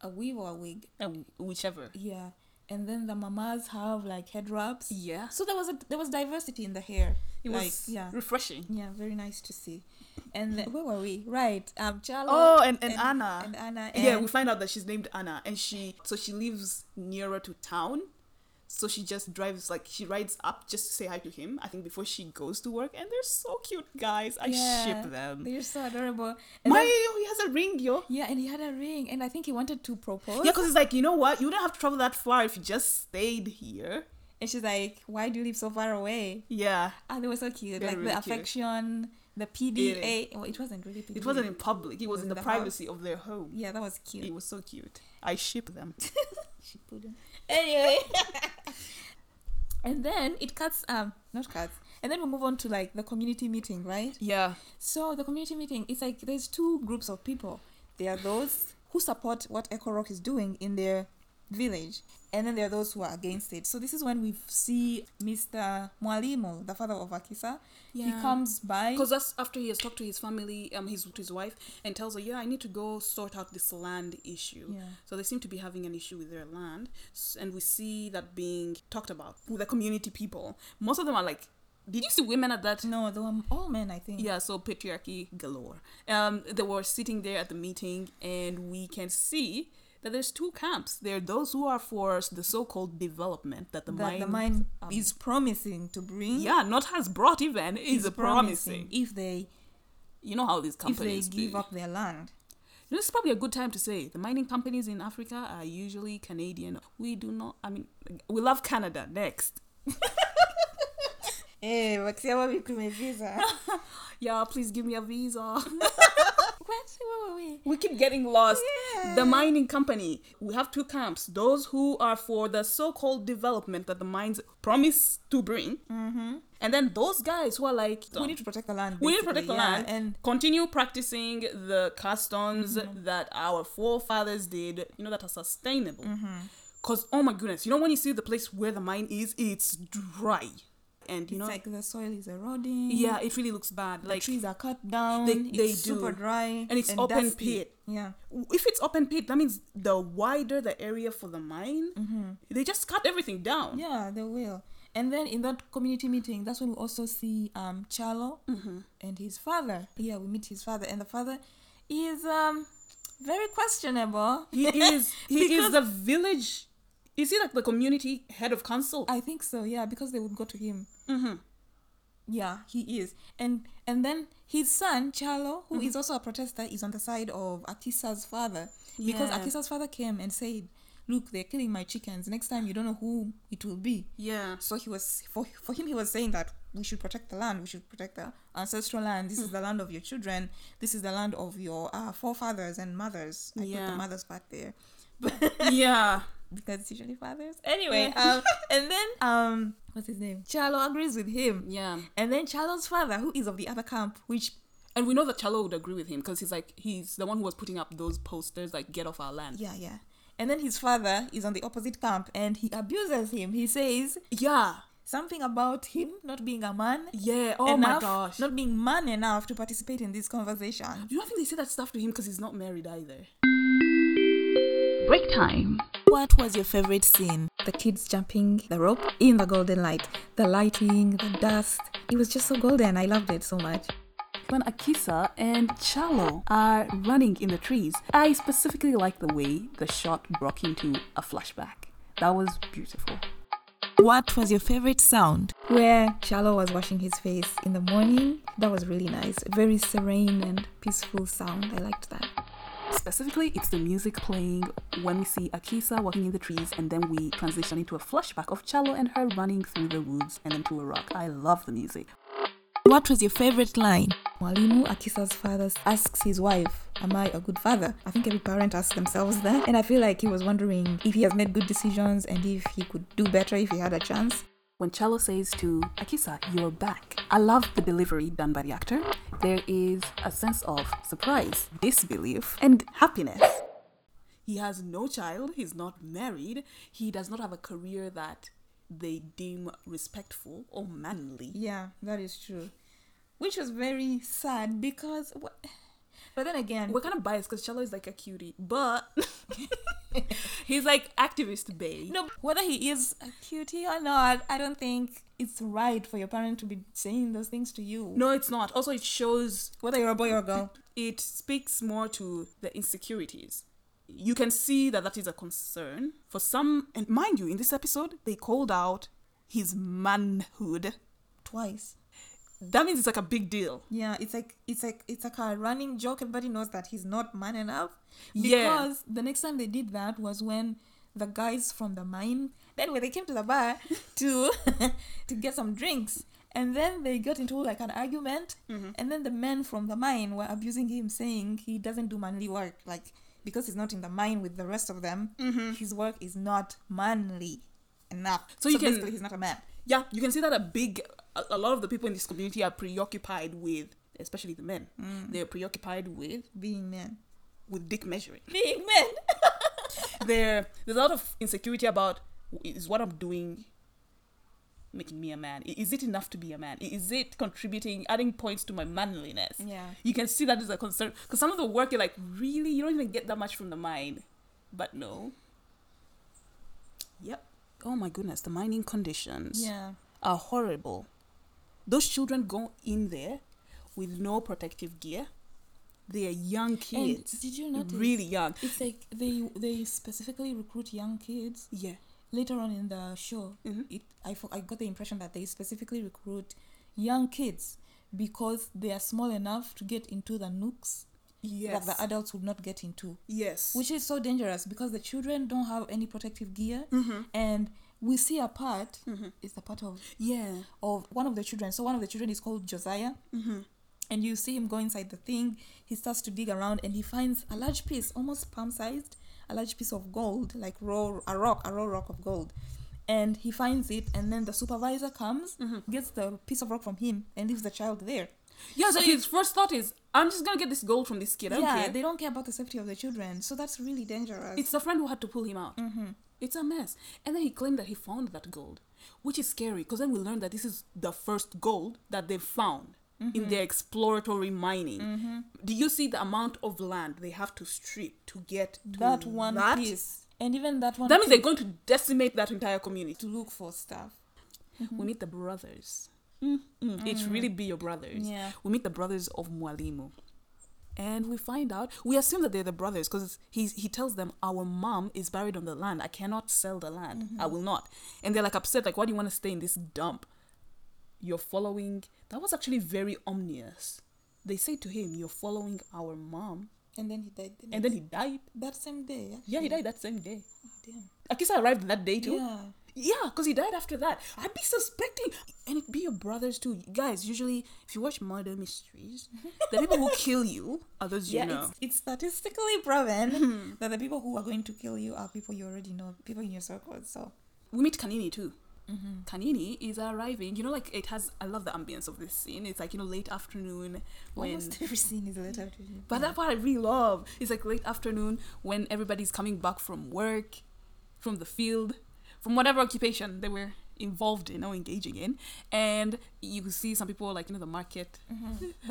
D: A weave or a wig.
A: And whichever.
D: Yeah. And then the mamas have like head wraps.
A: Yeah,
D: So there was a there was diversity in the hair.
A: it
D: like,
A: was
D: yeah.
A: refreshing.
D: Yeah, very nice to see. And then, where were we? Right. Um Charlo
A: Oh, and, and, Anna.
D: And Anna
A: yeah,
D: and-
A: we find out that she's named Anna, and she so she lives nearer to town, so she just drives like she rides up just to say hi to him. I think before she goes to work, and they're so cute, guys. I
D: yeah,
A: ship them.
D: They're so adorable. And
A: My
D: then-
A: yo, he has a ring, yo.
D: yeah, and he had a ring and I think he wanted to propose.
A: Yeah, because it's like you know what, you wouldn't have to travel that far if you just stayed here.
D: And she's like, Why do you live so far away?
A: Yeah,
D: Ah, they were so cute.
A: They're
D: like
A: really
D: the
A: cute.
D: affection, the PDA. Well, it wasn't really PDA.
A: It wasn't in public. It was, in
D: was in
A: the,
D: the house.
A: privacy of their home.
D: Yeah, that was cute.
A: It was so cute. I ship them.
D: She put them. Anyway. and then it cuts um not cuts. And then we move on to like the community meeting, right?
A: yeah.
D: So the community meeting it's like there's two groups of people. There are those who support what Echo Rock is doing in their village. And then there are those who are against it. So this is when we see Mr. Mwalimo, the father of Akisa.
A: Yeah.
D: He comes by
A: Because that's after he has talked to his family, um, his to his wife, and tells her, "Yeah, I need to go sort out this land issue."
D: Yeah.
A: So they seem to be having an issue with their land, S- and we see that being talked about with the community people. Most of them are like, "Did you see women at that
D: No, they were all men, I think.
A: Yeah, so patriarchy galore. Um, they were sitting there at the meeting, and we can see that there's two camps. There are those who are for the so-called development that the
D: That
A: mind,
D: the mind
A: um,
D: is promising to bring.
A: yeah, not has brought even is,
D: is
A: promising.
D: if they
A: You know how these
D: if they
A: companies
D: give
A: do.
D: up their land.
A: This is probably a good time to say the mining companies in Africa are usually Canadian. We do not. I mean, we love Canada. Next,
D: Eh, wakiwa wapi tumevisa?
A: yeah, please give me a visa.
D: What? Where were we?
A: we keep getting lost.
D: Yeah.
A: The mining company. We have two camps: those who are for the so-called development that the mines promise to bring, mm-hmm. and then those guys who are like,
D: We need to protect the land.
A: we need to
D: basically,
A: protect the
D: yeah,
A: land
D: And Mm-hmm.
A: continue practicing the customs that our forefathers did. You know that are
D: Mm-hmm.
A: sustainable. Cause oh my goodness, you know when you see the place where the mine is, it's dry. and you know
D: it's like the soil is eroding.
A: yeah it really looks bad
D: the
A: like
D: trees are cut down.
A: they- they
D: it's
A: do.
D: super dry,
A: And it's open
D: dusty.
A: pit.
D: Yeah,
A: if it's open pit that means the wider the area for the mine
D: Mm-hmm.
A: they just cut everything down
D: yeah, they will. And then in that community meeting, that's when we also see um Charlo
A: Mm-hmm.
D: and his father. Yeah, we meet his father, and the father is um very questionable.
A: he is he is
D: Because-
A: the village is he like the community head of council
D: I think so, yeah, because they would go to him.
A: Mm-hmm.
D: Yeah, he is, and and then his son Charlo, who is
A: Mm-hmm.
D: also a protester, is on the side of Akisa's father because
A: Yeah.
D: Akisa's father came and said, "Look, they're killing my chickens. Next time, you don't know who it will be."
A: yeah
D: So he was for for him, he was saying that we should protect the land. We should protect the ancestral land.
A: Mm.
D: This is the land of your children. This is the land of your uh, forefathers and mothers. I put
A: Yeah.
D: the mothers part there, but
A: yeah
D: because it's usually fathers. Anyway, um, and then um, what's his name? Charlo agrees with him.
A: yeah
D: And then Charlo's father, who is of the other camp, which
A: and we know that Charlo would agree with him because he's like he's the one who was putting up those posters like get off our land
D: yeah yeah, and then his father is on the opposite camp, and he abuses him. He says
A: yeah
D: something about him not being a man.
A: yeah oh my
D: enough-
A: gosh
D: Not being man enough to participate in this conversation.
A: you don't think they say that stuff to him because he's not married either
C: Break time.
B: What was your favorite scene?
D: The kids jumping the rope in the golden light, the lighting, the dust. It was just so golden. I loved it so much.
A: When Akisa and Chalo are running in the trees, I specifically like the way the shot broke into a flashback. That was beautiful.
B: What was your favorite sound?
D: Where Charlo was washing his face in the morning, that was really nice. Very serene and peaceful sound. I liked that.
A: Specifically, it's the music playing when we see Akisa walking in the trees, and then we transition into a flashback of Chalo and her running through the woods and then to a rock. I love the music.
B: What was your favorite line?
D: Mwalimu Akisa's father asks his wife, Am I a good father? I think every parent asks themselves that. And I feel like he was wondering if he has made good decisions and if he could do better if he had a chance.
A: When Chalo says to Akisa, You're back, I love the delivery done by the actor. There is a sense of surprise, disbelief, and happiness. He has no child, he's not married, he does not have a career that they deem respectful or manly.
D: Yeah, that is true. Which was very sad because. wha- But then again,
A: We're kind of biased because Chalo is like a cutie, but he's like activist bae.
D: no, whether he is a cutie or not, I don't think it's right for your parent to be saying those things to you.
A: No, it's not. Also, it shows
D: Whether you're a boy or a girl.
A: it speaks more to the insecurities. You can see that that is a concern for some. And mind you, in this episode, they called out his manhood.
D: Twice.
A: That means it's like a big deal.
D: Yeah, it's like it's like it's like a running joke. Everybody knows that he's not man enough. Because
A: Yeah.
D: the next time they did that was when the guys from the mine then when they came to the bar to to get some drinks and then they got into like an argument and then the men from the mine were abusing him saying he doesn't do manly work like because he's not in the mine with the rest of them his work is not manly enough
A: So you can-
D: basically he's not a man
A: Yeah, you can see that a big, a, a lot of the people in this community are preoccupied with, especially the men. They're preoccupied with
D: being men
A: with dick measuring.
D: being men
A: there, there's a lot of insecurity about is what I'm doing making me a man? I- Is it enough to be a man? I- Is it contributing, adding points to my manliness?
D: Yeah.
A: You can see that is a concern because some of the work you're like, really, you don't even get that much from the mine, but no. Yep. Oh my goodness, the mining conditions
D: yeah
A: are horrible. Those children go in there with no protective gear. They are young
D: And
A: kids,
D: did you notice?
A: really young.
D: It's like they they specifically recruit young kids.
A: Yeah.
D: Later on in the show, it I, fo- I got the impression that they specifically recruit young kids because they are small enough to get into the nooks
A: Yes.
D: that the adults would not get into,
A: yes.
D: which is so dangerous because the children don't have any protective gear, and we see a part. It's the part of
A: yeah.
D: of one of the children. So one of the children is called Josiah. Mm-hmm. And you see him go inside the thing. He starts to dig around and he finds a large piece, almost palm sized, a large piece of gold, like raw, a rock, a raw rock of gold. And he finds it, and then the supervisor comes,
A: Mm-hmm.
D: gets the piece of rock from him, and leaves the child there.
A: Yeah, so his first thought is, I'm just gonna get this gold from this kid. I don't
D: yeah,
A: care.
D: they don't care about the safety of the children, so that's really dangerous. Mm-hmm.
A: it's the friend who had to pull him out. It's a mess. And then he claimed that he found that gold. which is scary because then we learned that this is the first gold that they found
D: Mm-hmm.
A: in their exploratory mining. Do you see the amount of land they have to strip to get to
D: that one
A: that?
D: piece. And even that one
A: That means
D: piece
A: they're going to decimate that entire community.
D: to look for stuff.
A: We
D: Mm-hmm.
A: meet the brothers. It really be your brothers.
D: Mm. Yeah.
A: We meet the brothers of Mwalimu. And we find out, we assume that they're the brothers because he, he tells them, Our mom is buried on the land. I cannot sell the land.
D: Mm-hmm.
A: I will not. And they're like upset, like, Why do you want to stay in this dump? You're following. That was actually very ominous. They say to him, You're following our mom.
D: And then he died. the
A: And
D: next-
A: then he died.
D: that same day. Yeah.
A: Yeah, he died that same day.
D: Damn.
A: Akisa arrived that day too.
D: Yeah.
A: Yeah, because he died after that. I'd be suspecting. And it'd be your brothers too. Guys, usually, if you watch murder mysteries, the people who kill you are those you
D: Yeah,
A: know.
D: it's, it's statistically proven that the people who are going to kill you are people you already know, people in your circles. So
A: We meet Kanini too.
D: Mm-hmm.
A: Kanini is arriving. You know, like it has. I love the ambience of this scene. It's like, you know, late afternoon when.
D: almost every scene is a little bit.
A: But that part I really love. It's like late afternoon when everybody's coming back from work, from the field, from whatever occupation they were involved in or engaging in. And you can see some people, like, you know, the market,
D: Mm-hmm.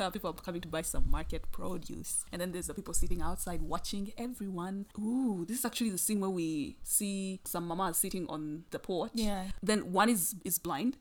A: uh, people are coming to buy some market produce. And then there's the people sitting outside watching everyone. Ooh, this is actually the scene where we see some mamas sitting on the porch.
D: Yeah. Mm-hmm.
A: Then one is, is blind.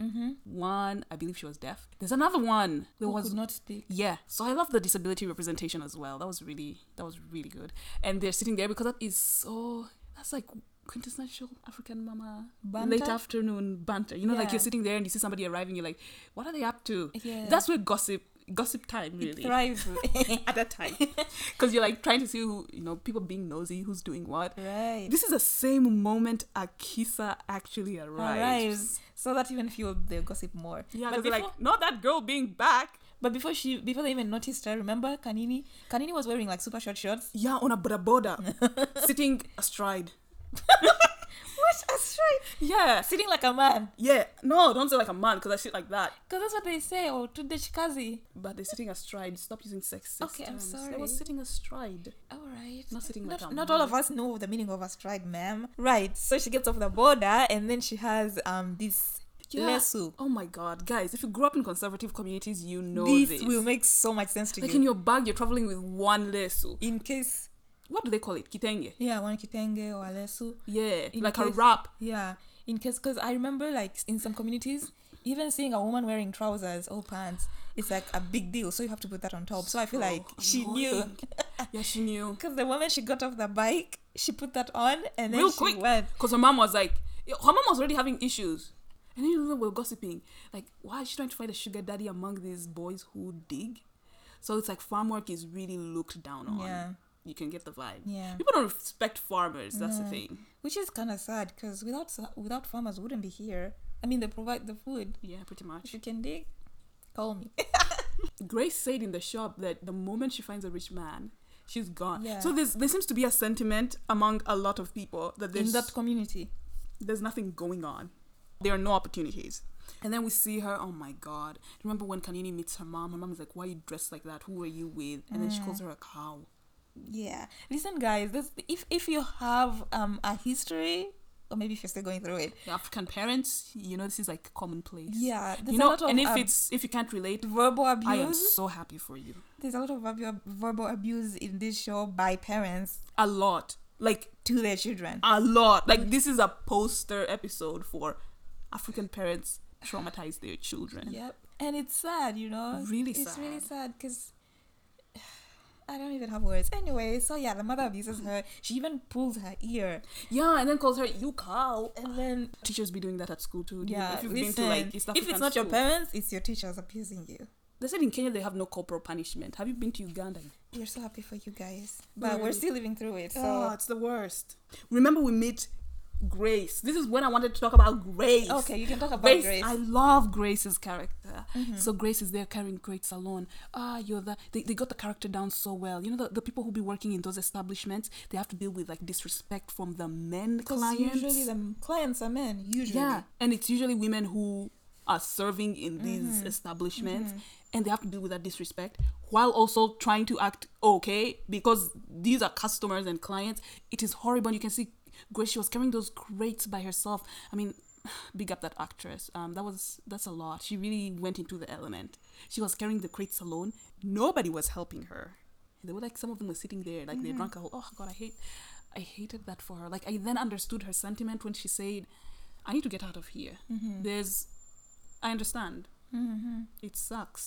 A: One, I believe she was deaf. There's another one. There
D: Who
A: was
D: could not speak.
A: yeah. So I love the disability representation as well. That was really that was really good. And they're sitting there because that is so that's like quintessential African mama
D: Banter?
A: late afternoon banter. You know, like
D: Yeah.
A: you're sitting there and you see somebody arriving, you're like, what are they up to?
D: Yeah.
A: That's where gossip gossip time
D: It
A: really
D: thrives.
A: at that time because you're like trying to see who you know people being nosy who's doing what
D: right.
A: this is the same moment akisa actually arrives,
D: Arrives so that even fuel the gossip more.
A: yeah because
D: but
A: they're
D: before,
A: like not that girl being back
D: but before she, before they even noticed her, remember Kanini? Kanini was wearing like super short shorts.
A: yeah on a boda sitting astride
D: What? That's right.
A: Yeah,
D: Sitting like a man,
A: yeah. No, don't say like a man because I shit like that.
D: because that's what they say. "Oh, Or to the chikazi.
A: But they're sitting astride. Stop using sexist.
D: Okay, I'm
A: terms. They
D: sorry.
A: were sitting astride.
D: All right.
A: Not sitting
D: not,
A: like a
D: not all of us know the meaning of a stride, ma'am. Right. So she gets off the border and then she has um this
A: Yeah.
D: lesu.
A: Oh my god, guys! If you grew up in conservative communities, you know
D: this,
A: this.
D: will make so much sense to
A: like
D: you.
A: in your bag, you're traveling with one lesu.
D: in case
A: What do they call it? Kitenge.
D: yeah, one kitenge or a lesu.
A: Yeah,
D: In
A: like a
D: case-
A: wrap.
D: Yeah. In case because I remember like in some communities, even seeing a woman wearing trousers or pants, it's like a big deal. So you have to put that on top. So I feel
A: So
D: like she knew.
A: Oh, annoying. Yeah, she knew
D: Because the moment she got off the bike, she put that on and then
A: real
D: she
A: quick
D: went.
A: because her mom was like, her mom was already having issues. And then you know, we're gossiping. Like, why is she trying to find a sugar daddy among these boys who dig? So it's like farm work is really looked down on.
D: Yeah.
A: You can get the vibe.
D: Yeah.
A: People don't respect farmers. That's the thing.
D: which is kind of sad because without s- without farmers we wouldn't be here i mean they provide the food
A: Yeah, pretty
D: if
A: much.
D: you can dig call me
A: Grace said in the shop that the moment she finds a rich man, she's gone.
D: Yeah.
A: So there's, there seems to be a sentiment among a lot of people that
D: in
A: there's
D: that community
A: there's nothing going on. There are no opportunities. And then we see her, oh my god. Remember when Kanini meets her mom? Her mom is like, Why are you dressed like that? Who are you with? And then she calls her a cow.
D: yeah listen guys this, if if you have um a history or maybe if you're still going through it
A: The African parents, you know, this is like commonplace.
D: yeah there's
A: You know,
D: a lot of
A: and if
D: um,
A: it's if you can't relate,
D: verbal
A: I am
D: abuse
A: so happy for you.
D: there's a lot of verbal, verbal abuse in this show by parents
A: A lot. Like
D: to their children
A: a lot. Like this is a poster episode for African parents traumatize their children.
D: Yep. And it's sad, you know?
A: Really
D: it's It's really
A: sad.
D: sad because I don't even have words. Anyway, so yeah, the mother abuses her. She even pulls her ear.
A: Yeah, and then calls her you cow.
D: And then,
A: Teachers be doing that at school too.
D: yeah,
A: if you've
D: listen,
A: been to like East
D: if
A: African
D: it's not your
A: schools.
D: parents, it's your teachers abusing you.
A: They said in Kenya they have no corporal punishment. Have you been to Uganda?
D: We're so happy for you guys. But we're
A: Really?
D: still living through it. So,
A: it's the worst. Remember, we meet Grace. This is when I wanted to talk about Grace.
D: okay, you can talk about
A: Grace,
D: Grace.
A: Oh,
D: Mm-hmm.
A: I love Grace's character. So Grace is there carrying Grace alone. Ah, you're the they, they got the character down so well. You know the, the people who be working in those establishments, they have to deal with like disrespect from the men
D: 'Cause
A: clients.
D: Usually the m- clients are men. Usually.
A: Yeah, and it's usually women who are serving in these establishments and they have to deal with that disrespect while also trying to act okay because these are customers and clients. It is horrible. You can see Grace, she was carrying those crates by herself. I mean, big up that actress. Um, that was that's a lot. She really went into the element. She was carrying the crates alone. Nobody was helping her. And they were like some of them were sitting there like they
D: Mm-hmm.
A: drank a whole. Oh God, I hate, I hated that for her. Like I then understood her sentiment when she said, "I need to get out of here."
D: Mm-hmm.
A: There's, I understand. It sucks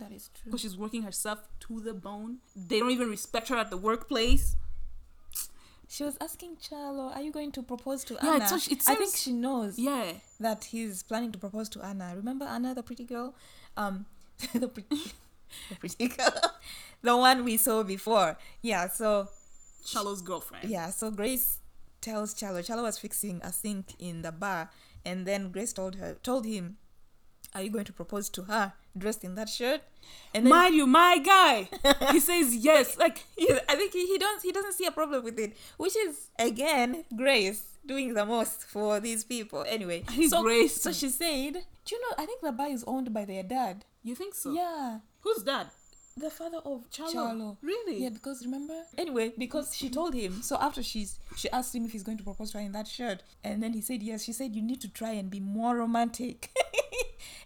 D: That is true.
A: because she's working herself to the bone. They don't even respect her at the workplace.
D: She was asking Charlo, "Are you going to propose to
A: Yeah,
D: Anna?"
A: it's so- it
D: I think
A: seems-
D: she knows
A: Yeah,
D: that he's planning to propose to Anna. Remember Anna, the pretty girl, um, the pretty, the pretty girl, the one we saw before. Yeah. So
A: Shalow's girlfriend.
D: yeah. So Grace tells Charlo. Charlo was fixing a sink in the bar, and then Grace told her, told him, "Are you going to propose to her dressed in that shirt?" And then
A: Mind you, my guy. he says yes. Like
D: Yeah, I think he, he don't he doesn't see a problem with it, which is again Grace doing the most for these people. Anyway,
A: I think
D: so
A: Grace-
D: So she said, "Do you know? I think the bar is owned by their dad.
A: you think so?
D: Yeah,
A: Who's that?
D: the father of Charlo.
A: Really?
D: Yeah, because remember. Anyway, because she told him. So after she's she asked him if he's going to propose to her in that shirt, and then he said yes. She said you need to try and be more romantic.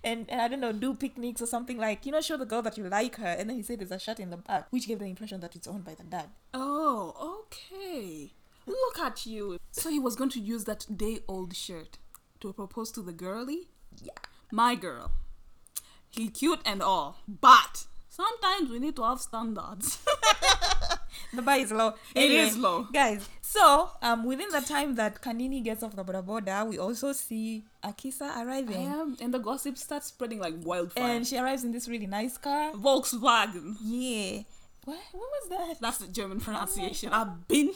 D: And, and I don't know, do picnics or something like you know, show the girl that you like her. And then he said there's a shirt in the back, which gave the impression that it's owned by the dad.
A: Oh, okay. Look at you. So he was going to use that day old shirt to propose to the girlie?
D: Yeah.
A: My girl. He cute and all, but sometimes we need to have standards.
D: The bar is low.
A: It is low.
D: Guys, so um within the time that Kanini gets off the border border, we also see Akisa arriving.
A: yeah, and the gossip starts spreading like wildfire.
D: And she arrives in this really nice car.
A: Volkswagen.
D: Yeah. What what was that?
A: That's the German pronunciation. I've been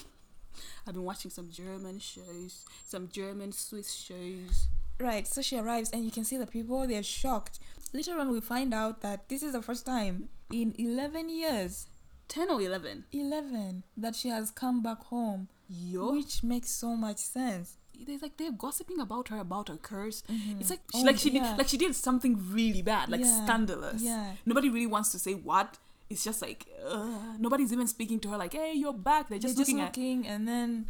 A: I've been watching some German shows, some German Swiss shows.
D: Right, so she arrives and you can see the people, they're shocked. Later on we find out that this is the first time in eleven years.
A: 10 or 11.
D: Eleven that she has come back home.
A: Yo.
D: Which makes so much sense.
A: they like they're gossiping about her about her curse. It's like she,
D: Oh,
A: like she
D: yeah.
A: did like she did something really bad, like
D: Yeah.
A: scandalous.
D: Yeah.
A: Nobody really wants to say what. It's just like uh, nobody's even speaking to her. Like, hey, you're back. They're just
D: They're
A: looking
D: just looking and then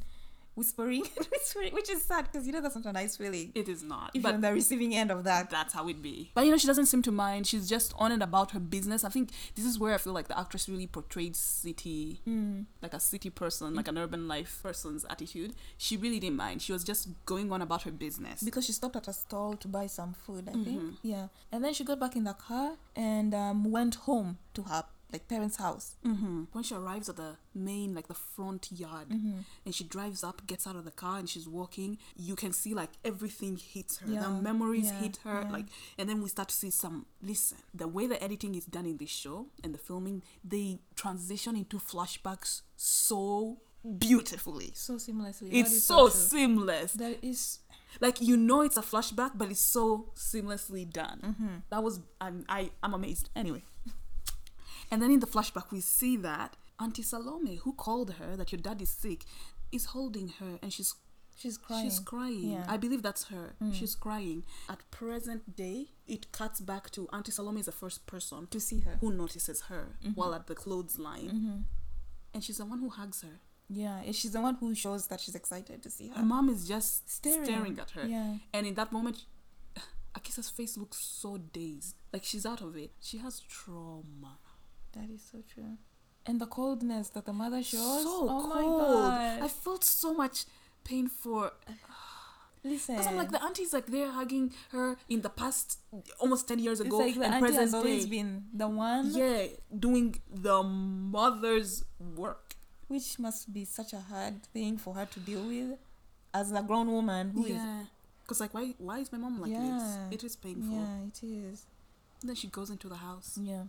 D: whispering and whispering, which is sad because you know that's not a nice feeling.
A: at. It is not.
D: if you're on
A: But
D: the receiving end of that.
A: that's how it be. But you know, she doesn't seem to mind. She's just on and about her business. I think this is where I feel like the actress really portrayed city, like a city person, like an urban life person's attitude. She really didn't mind. She was just going on about her business.
D: Because she stopped at a stall to buy some food, I
A: Mm-hmm.
D: think. Yeah. And then she got back in the car and um, went home to her like parents' house.
A: Mm. When she arrives at the main, like the front yard,
D: Mm-hmm.
A: and she drives up, gets out of the car, and she's walking, you can see like everything hits her.
D: Yeah,
A: The memories
D: yeah,
A: hit her.
D: yeah.
A: Like, and then we start to see some. Listen, the way the editing is done in this show and the filming, they transition into flashbacks so beautifully.
D: So seamlessly. That
A: It's
D: is
A: so
D: true.
A: seamless.
D: That is
A: Like you know, it's a flashback, but it's so seamlessly done. That was I'm, I I'm amazed. Anyway, and then in the flashback we see that Auntie Salome, who called her that your dad is sick, is holding her and she's
D: she's crying.
A: she's crying.
D: Yeah.
A: I believe that's her. She's crying. At present day, it cuts back to Auntie Salome is the first person
D: to see her.
A: who notices her while at the clothesline, and she's the one who hugs her.
D: Yeah. And she's the one who shows that she's excited to see her.
A: Her mom is just
D: Staring.
A: staring, at her.
D: Yeah.
A: And in that moment, Akisa's face looks so dazed. Like she's out of it. She has trauma.
D: That is so true. And the coldness that the mother shows.
A: so
D: oh
A: cold.
D: my god.
A: I felt so much pain for
D: Listen.
A: because I'm like the auntie's like they're hugging her in the past almost ten years
D: it's
A: ago
D: like the
A: and
D: auntie has
A: present
D: always
A: day.
D: been the one.
A: yeah, doing the mother's work.
D: which must be such a hard thing for her to deal with as a grown woman who is
A: yeah. Cause like why why is my mom like
D: Yeah.
A: this? It is painful.
D: yeah it is
A: Then she goes into the house.
D: yeah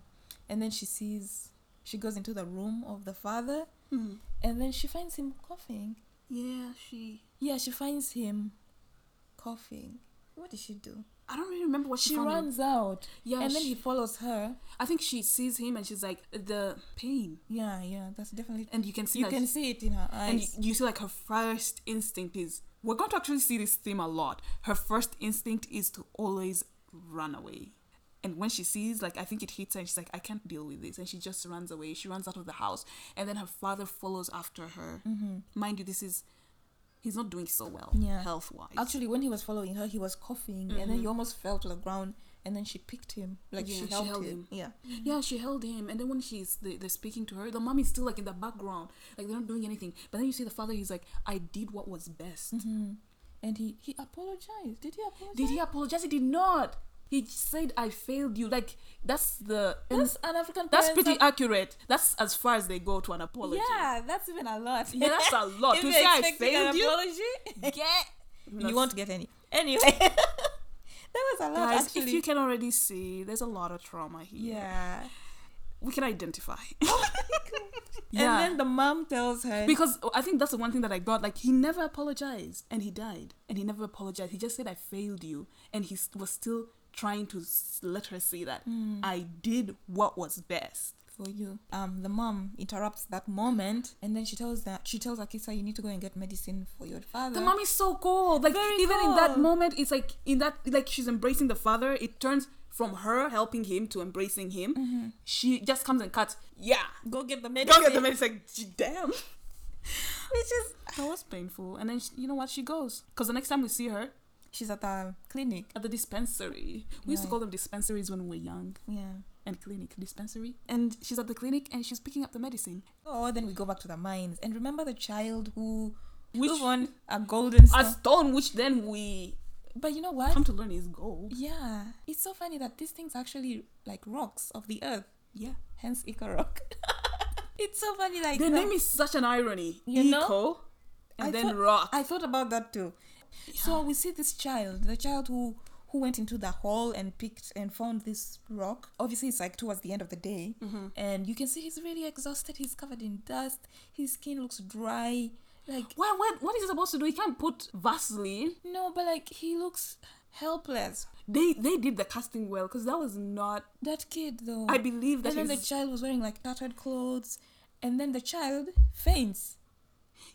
D: and then she sees she goes into the room of the father and then she finds him coughing
A: Yeah, she.
D: yeah she finds him coughing what did she do
A: I don't really remember what she,
D: she
A: found in-
D: runs out
A: Yeah,
D: and then
A: she-
D: he follows her
A: I think she sees him and she's like the pain,
D: yeah yeah that's definitely
A: and you can see
D: you
A: that
D: can see it in her
A: and you,
D: eyes
A: you see like her first instinct is we're going to actually see this theme a lot. Her first instinct is to always run away. And when she sees, like, I think it hits her, and she's like, I can't deal with this. And she just runs away. She runs out of the house. And then her father follows after her. Mind you, this is he's not doing so well
D: Mm-hmm. Yeah.
A: health wise.
D: Actually, when he was following her, he was coughing, and then he almost fell to the ground. And then she picked him, like
A: Mm-hmm. Yeah,
D: she
A: she
D: helped
A: held
D: him.
A: him.
D: Yeah,
A: Yeah, she held him, and then when she's they, they're speaking to her, the mom is still like in the background, like they're not doing anything. But then you see the father, he's like, "I did what was best."
D: Mm-hmm. and he he apologized. Did he apologize?
A: Did he apologize? He did not. He said, "I failed you." Like that's the and
D: That's an African.
A: that's
D: parent's
A: pretty accurate. That's as far as they go to an apology.
D: Yeah, that's even a lot.
A: Yeah, that's a lot.
D: if
A: To
D: you're
A: say I
D: expecting an
A: failed you?
D: apology,
A: Get
D: you won't get any. Anyway, that was a lot.
A: guys.
D: actually,
A: If you can already see, there's a lot of trauma here.
D: yeah. Oh
A: we can identify.
D: And
A: Yeah.
D: then the mom tells her,
A: Because I think that's the one thing that I got. Like he never apologized, and he died, and he never apologized. He just said, "I failed you," and he s- was still trying to s- let her see that I did what was best.
D: for you. Um, the mom interrupts that moment, and then she tells that she tells Akisa, "You need to go and get medicine for your father."
A: The mom is so cold. Like
D: Very
A: even in that
D: cold.
A: moment, it's like in that like she's embracing the father. It turns from her helping him to embracing him. She just comes and cuts. Yeah,
D: go get the
A: Mm-hmm. go
D: medicine.
A: get the man. It's like "Gee, damn.
D: Which is
A: That was painful. And then she, you know what? She goes because the next time we see her
D: she's at the clinic.
A: at the dispensary. We used to
D: Right.
A: call them dispensaries when we were young.
D: Yeah.
A: And clinic dispensary. And she's at the clinic and she's picking up the medicine.
D: Oh, then we go back to the mines, and remember the child who
A: Which-
D: who won a golden
A: A
D: star.
A: stone, which then we
D: But you know what?
A: come to learn is gold.
D: Yeah, it's so funny that these things actually like rocks of the earth,
A: Yeah.
D: hence Icarok. it's so funny, like
A: Their
D: that-
A: name is such an irony.
D: You
A: Eco
D: know?
A: and
D: I
A: then
D: thought-
A: rock.
D: I thought about that too. So we see this child, the child who who went into the hall and picked and found this rock. Obviously, it's like towards the end of the day,
A: Mm-hmm.
D: and you can see he's really exhausted. He's covered in dust. His skin looks dry. Like
A: Why, what, what is he supposed to do? He can't put Vaseline.
D: no, but like he looks helpless.
A: They they did the casting well because that was not.
D: That kid though.
A: I believe that
D: And then the
A: is-
D: child was wearing like tattered clothes, and then the child faints.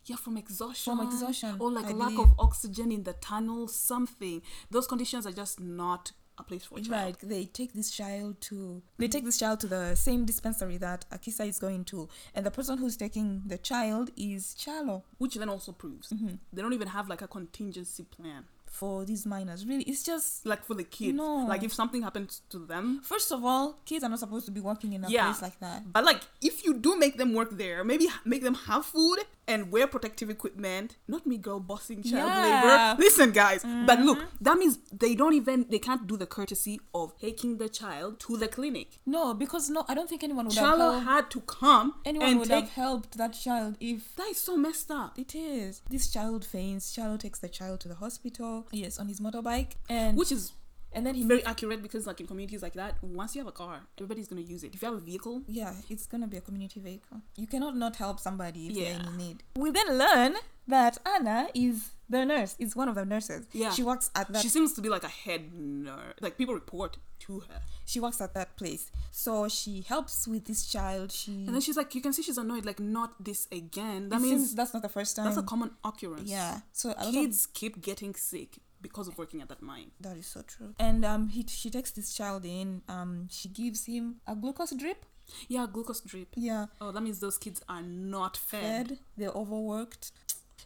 A: Yeah, from exhaustion.
D: exhaustion,
A: Or like
D: I
A: lack
D: believe.
A: of oxygen in the tunnel, something. Those conditions are just not a place for a child.
D: Right. They take this child to they take this child to the same dispensary that Akisa is going to, and the person who's taking the child is Chalo
A: which then also proves they don't even have like a contingency plan
D: for these minors. Really, it's just
A: like for the kids
D: No.
A: like if something happens to them
D: first of all, kids are not supposed to be working in a
A: Yeah.
D: place like that.
A: but like if you do make them work there maybe make them have food and wear protective equipment not me girl bossing child
D: Yeah. Mm-hmm.
A: labor listen guys but look that means they don't even they can't do the courtesy of taking the child to the clinic
D: No, because no, I don't think anyone would have
A: Charlo
D: helped,
A: had to come
D: anyone
A: and
D: would
A: take
D: have helped that child if
A: that is so messed up
D: It is. This child faints. Charlo takes the child to the hospital. Yes, on his motorbike, and
A: which is
D: and then he
A: very accurate because like in communities like that once you have a car everybody's gonna use it if you have a vehicle
D: yeah, it's gonna be a community vehicle. You cannot not help somebody if
A: Yeah.
D: they're in need. We then learn that Anna is the nurse. Is one of the nurses.
A: Yeah.
D: she works at that.
A: she seems to be like a head nerd. Like people report to her,
D: she works at that place. So she helps with this child. She.
A: and then she's like, you can see she's annoyed. Like not this again. That
D: it
A: means
D: seems that's not the first time.
A: that's a common occurrence.
D: yeah. So a lot of-
A: kids keep getting sick because of working at that mine.
D: that is so true. And um, he she takes this child in. Um, she gives him a glucose drip.
A: Yeah, glucose drip.
D: Yeah.
A: Oh, that means those kids are not fed.
D: fed, they're overworked.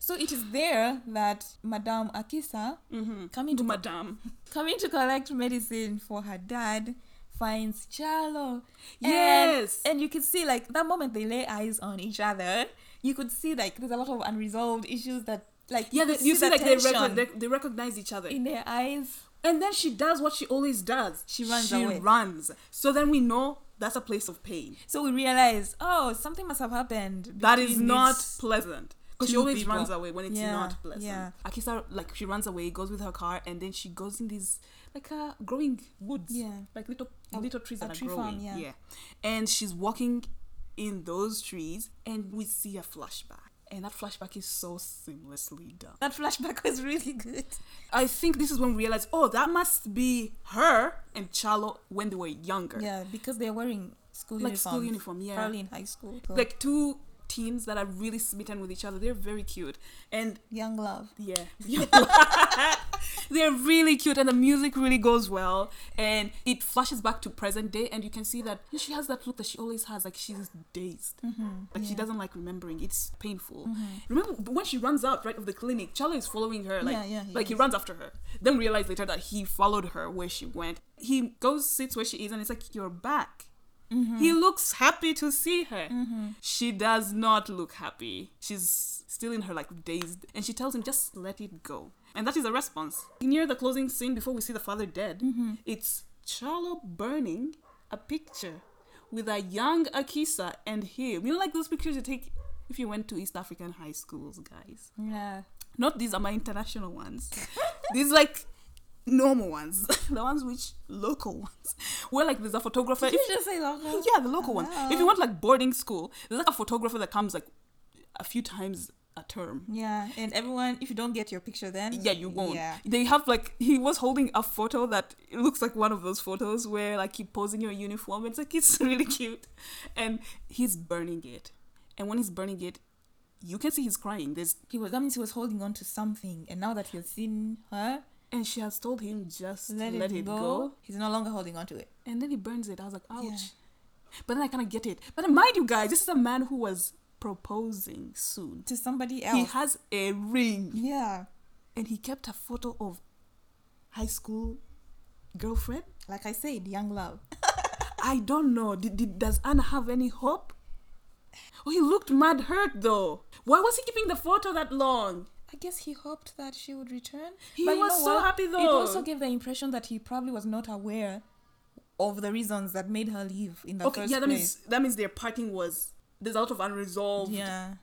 D: So it is there that Madame Akisa, coming to
A: Mm-hmm. Madame.
D: coming to collect medicine for her dad, finds Charlo. And-
A: Yes.
D: and, you could see like that moment they lay eyes on each other. You could see like there's a lot of unresolved issues that like
A: Yeah,
D: could
A: they, you see,
D: the
A: like they,
D: tension
A: recog- they, they recognize each other,
D: in their eyes.
A: and then she does what she always does. She
D: runs
A: She
D: away.
A: runs. So then we know that's a place of pain.
D: So we realize, oh, something must have happened.
A: that is
D: between
A: not
D: these-
A: pleasant because she
D: two
A: always
D: people.
A: runs away when it's
D: Yeah,
A: not pleasant.
D: yeah.
A: Akisa like she runs away, goes with her car, and then she goes in these like uh, growing woods,
D: Yeah.
A: like little
D: A-
A: little trees
D: a
A: that
D: tree
A: are
D: farm,
A: growing,
D: yeah.
A: And she's walking in those trees, and we see a flashback, and that flashback is so seamlessly done.
D: That flashback was really good.
A: I think this is when we realize, oh, that must be her and Charlo when they were younger.
D: Yeah, because they're wearing school
A: Like
D: uniforms.
A: school uniform, yeah.
D: Probably in high school. So,
A: like two teens that are really smitten with each other. They're very cute, and
D: young love.
A: Yeah. They're really cute, and the music really goes well. And it flashes back to present day, and you can see that she has that look that she always has, like she's dazed,
D: Mm-hmm.
A: like she doesn't like remembering. It's painful. Remember when she runs out right of the clinic, Charlie is following her, like
D: Yeah, yeah, he
A: like he runs after her. Then we realize later that he followed her where she went. He goes sits where she is, and it's like you're back. He
D: Mm-hmm.
A: looks happy to see her. She does not look happy. She's still in her like dazed, and she tells him just let it go. And that is a response. Near the closing scene, before we see the father dead,
D: Mm-hmm.
A: it's Charlo burning a picture with a young Akisa and him. You know, like those pictures you take if you went to East African high schools, guys.
D: Yeah.
A: Not these are my international ones. these like normal ones, the ones which local ones. Where like there's a photographer.
D: Did you
A: if-
D: just say local?
A: yeah, the local ones. If
D: Uh-huh.
A: you want like boarding school, there's like a photographer that comes like a few times a term.
D: Yeah, and everyone, if you don't get your picture, then
A: Yeah, you won't.
D: Yeah,
A: They have like he was holding a photo that it looks like one of those photos where like you pose in your uniform. It's like it's really cute, and he's burning it. And when he's burning it, you can see he's crying. There's
D: he was. That means he was holding on to something, and now that he has seen her,
A: and she has told him just
D: let, it, go. He's no longer holding on to it.
A: And then he burns it. I was like, ouch.
D: Yeah.
A: But then I kind of get it. But then mind you, guys, this is a man who was proposing soon.
D: To somebody
A: He
D: else.
A: has a ring.
D: yeah,
A: And he kept a photo of high school girlfriend.
D: like I said, young love.
A: I don't know. Did, did, does Anna have any hope? Oh, he looked mad hurt though. Why was he keeping the photo that long?
D: I guess he hoped that she would return.
A: He
D: you
A: was
D: know
A: so
D: what?
A: happy,
D: It
A: though.
D: also gave the impression that he probably was not aware of the reasons that made her leave in the
A: Okay,
D: first
A: yeah, that
D: place.
A: means that means their parting was there's a lot of unresolved
D: yeah,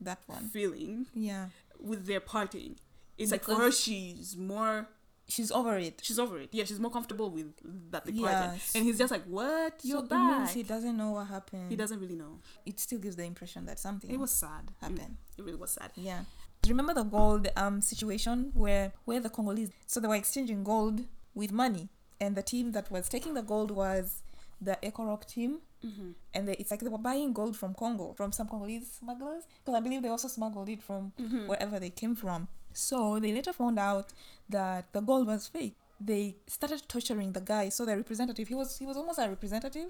D: that one.
A: feeling
D: Yeah,
A: with their parting. It's like for her,
D: Because-
A: she's more
D: she's over it.
A: she's over it. Yeah, she's more comfortable with that they parted.
D: Yes.
A: And he's just like, "What? You're
D: so it
A: back."
D: means he doesn't know what happened.
A: he doesn't really know.
D: It still gives the impression that something
A: It was sad.
D: happened.
A: It really was sad.
D: Yeah. Remember the gold um situation where where the Congolese so they were exchanging gold with money, and the team that was taking the gold was the Eco-Rock team, and they, it's like they were buying gold from Congo from some Congolese smugglers because I believe they also smuggled it from wherever they came from. So they later found out that the gold was fake. They started torturing the guy. So the representative, he was he was almost a representative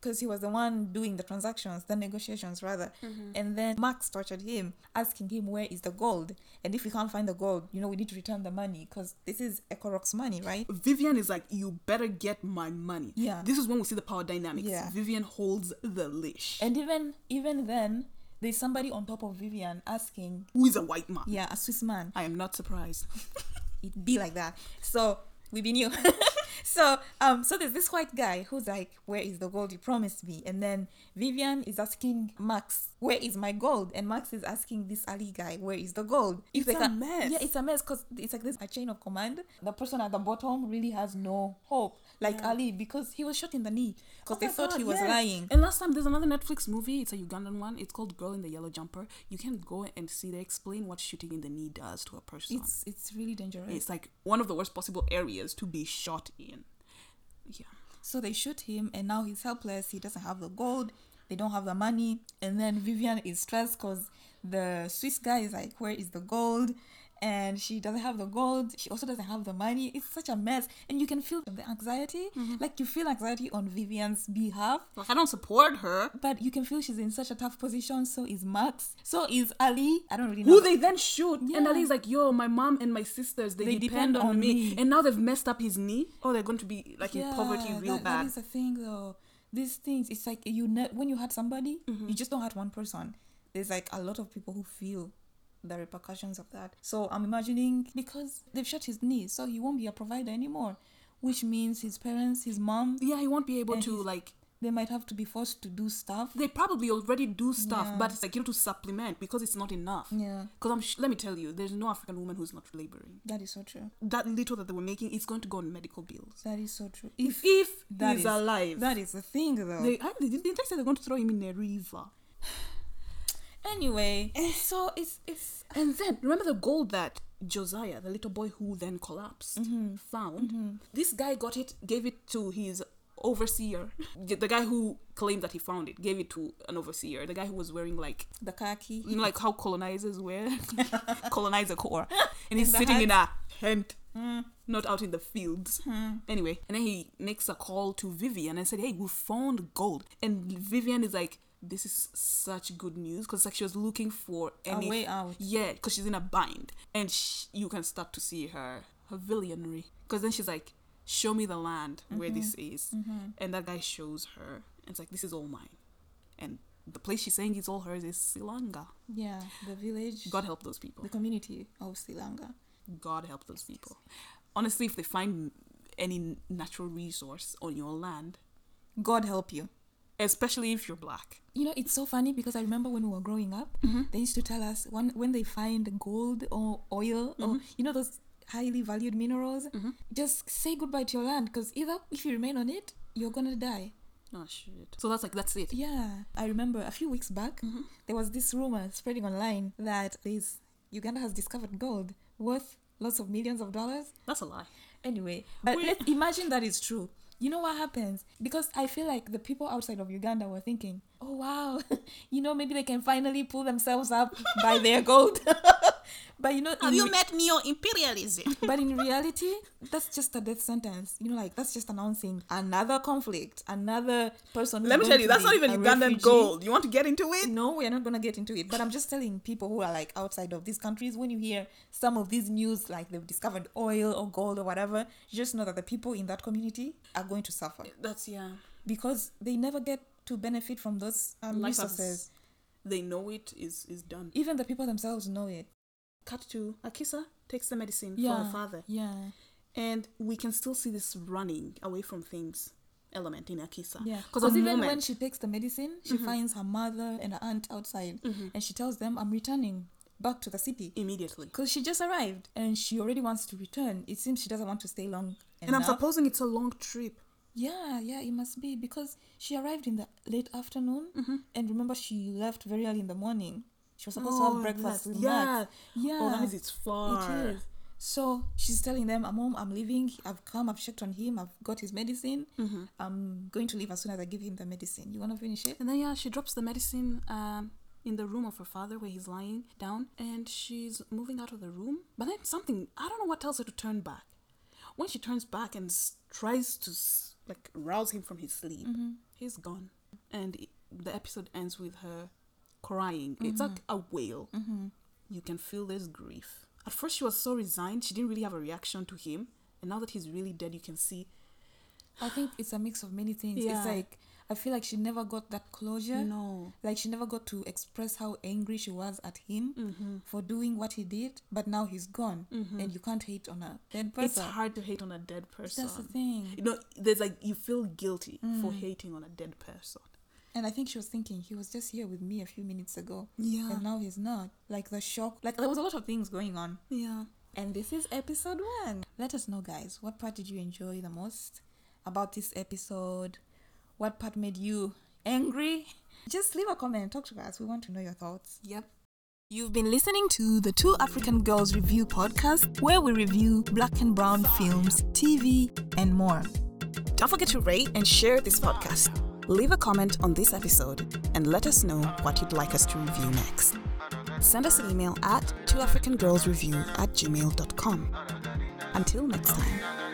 D: because he was the one doing the transactions, the negotiations rather. And then Max tortured him, asking him where is the gold, and if we can't find the gold, you know we need to return the money because this is Ecoroc's money, right?
A: Vivian is like, "You better get my money."
D: Yeah.
A: This is when we see the power dynamics.
D: Yeah.
A: Vivian holds the leash.
D: And even even then, there's somebody on top of Vivian asking,
A: Who is a white man?
D: yeah, a Swiss man,
A: I am not surprised.
D: it be like that. So we be new. so um so there's this white guy who's like, Where is the gold you promised me? And then Vivian is asking Max, Where is my gold? And Max is asking this Ali guy, Where is the gold?
A: It's a
D: can-
A: mess.
D: Yeah, it's a mess because it's like this a chain of command. The person at the bottom really has no hope. Like Ali, because he was shot in the knee. Because
A: Oh
D: they
A: my
D: thought
A: God,
D: he was
A: yes.
D: lying.
A: And last time there's another Netflix movie. It's a Ugandan one. It's called Girl in the Yellow Jumper. You can go and see. They explain what shooting in the knee does to a person.
D: It's it's really dangerous.
A: it's like one of the worst possible areas to be shot in. Yeah.
D: So they shoot him, and now he's helpless. He doesn't have the gold. They don't have the money. And then Vivian is stressed because the Swiss guy is like, Where is the gold? And she doesn't have the gold. She also doesn't have the money. It's such a mess. And you can feel the anxiety.
A: Mm-hmm.
D: Like, you feel anxiety on Vivian's behalf.
A: Like I don't support her.
D: But you can feel she's in such a tough position. So is Max. So is Ali. I don't really know.
A: Who they then shoot. And
D: Yeah.
A: Ali's like, yo, my mom and my sisters, they,
D: They
A: depend,
D: depend
A: on,
D: on
A: me.
D: me.
A: And now they've messed up his knee. Oh, they're going to be like in poverty
D: Yeah,
A: real
D: that-
A: bad.
D: That is the thing, though. These things, it's like you know, when you hurt somebody,
A: Mm-hmm.
D: you just don't hurt one person. There's like a lot of people who feel the repercussions of that. So I'm imagining because they've shut his knee, so he won't be a provider anymore, which means his parents, his mom,
A: yeah, he won't be able
D: And
A: to
D: he's-
A: like
D: they might have to be forced to do stuff.
A: they probably already do stuff,
D: Yeah.
A: but it's like you know to supplement because it's not enough.
D: Yeah,
A: Because I'm sh- let me tell you, there's no African woman who's not laboring.
D: that is so true.
A: That little that they were making is going to go on medical bills.
D: That is so true.
A: If,
D: If
A: if
D: that
A: he's
D: is-
A: alive,
D: that is the thing, though.
A: they, I, didn't they say they're going to throw him in a river?
D: anyway, so it's it's
A: And then remember the gold that Josiah, the little boy who then collapsed,
D: Mm-hmm.
A: found. This guy got it, gave it to his overseer. The guy who claimed that he found it gave it to an overseer. The guy who was wearing like
D: the khaki.
A: you know like how colonizers wear, colonizer core, and he's
D: the Mm.
A: sitting in a tent. not out in the fields. Anyway, and then he makes a call to Vivian and said, "Hey, we found gold." And Vivian is like, "This is such good news because like she was looking for any
D: way out.
A: Yeah, because she's in a bind, and sh you can start to see her her villainry. Because then she's like, "Show me the land where this is," and that guy shows her, and it's like, "This is all mine," and the place she's saying is all hers is Silanga.
D: Yeah, the village,
A: God help those people.
D: the community of Sri Lanka.
A: God help those people. Honestly, if they find any natural resource on your land,
D: God help you.
A: especially if you're black,
D: You know, it's so funny because I remember when we were growing up, they used to tell us when when they find gold or oil or you know those highly valued minerals, just say goodbye to your land because either if you remain on it, you're gonna die.
A: oh shit. So that's like that's it.
D: Yeah, I remember a few weeks back there was this rumor spreading online that this Uganda has discovered gold worth lots of millions of dollars.
A: That's a lie.
D: Anyway, but let's imagine that is true. You know what happens? Because I feel like the people outside of Uganda were thinking, oh wow, you know, maybe they can finally pull themselves up by their gold. but you know, in re-
A: met neo imperialism?
D: but in reality, that's just a death sentence. You know, like that's just announcing another conflict, another person. who's
A: Let me
D: going
A: tell
D: to
A: you, that's
D: be
A: not even
D: a
A: Ugandan
D: refugee.
A: gold. You want to get into it?
D: No, we are not gonna get into it. But I'm just telling people who are like outside of these countries, when you hear some of these news, like they've discovered oil or gold or whatever, just know that the people in that community are going to suffer
A: That's yeah.
D: because they never get to benefit from those um,
A: Life
D: resources.
A: as they know it is is done.
D: Even the people themselves know it.
A: Cut to Akisa takes the medicine for her father,
D: Yeah.
A: and we can still see this running away from things element in Akisa.
D: Yeah,
A: because
D: because even when she takes the medicine, she
A: Mm-hmm.
D: finds her mother and her aunt outside, and she tells them, "I'm returning back to the city."
A: immediately.
D: Because she just arrived and she already wants to return. It seems she doesn't want to stay long.
A: And I'm
D: enough.
A: supposing it's a long trip.
D: Yeah, yeah, it must be because she arrived in the late afternoon,
A: Mm-hmm.
D: and remember she left very early in the morning. She was supposed to
A: Oh,
D: have breakfast
A: that's-
D: with
A: yeah.
D: Max. Yeah,
A: Oh, that means it's far.
D: It is. So she's telling them, "I'm home. I'm leaving. I've come. I've checked on him. I've got his medicine.
A: Mm-hmm.
D: I'm going to leave as soon as I give him the medicine. You wanna finish it?"
A: And then yeah, she drops the medicine um, in the room of her father where he's lying down, and she's moving out of the room. But then something I don't know what tells her to turn back. When she turns back and s- tries to s- like rouse him from his sleep,
D: Mm-hmm.
A: he's gone, and it, the episode ends with her crying. It's like
D: Mm-hmm.
A: a wail. You can feel this grief. At first, she was so resigned; she didn't really have a reaction to him. And now that he's really dead, you can see
D: I think it's a mix of many things.
A: Yeah.
D: It's like I feel like she never got that closure.
A: No.
D: Like she never got to express how angry she was at him
A: Mm-hmm.
D: for doing what he did, but now he's gone and you can't hate on a dead person.
A: it's hard to hate on a dead person.
D: That's the thing.
A: you know there's like you feel guilty for hating on a dead person
D: And I think she was thinking he was just here with me a few minutes ago.
A: Yeah.
D: And now he's not. Like the shock. Like there was a lot of things going on.
A: yeah
D: And this is episode one. Let us know, guys, what part did you enjoy the most about this episode? What part made you angry? Just leave a comment, talk to us. We want to know your thoughts.
A: yep
B: You've been listening to the Two African Girls Review podcast, where we review black and brown films, TV, and more.
C: Don't forget to rate and share this podcast. Leave a comment on this episode and let us know what you'd like us to review next. Send us an email at twoafricangirlsreview at gmail.com. Until next time.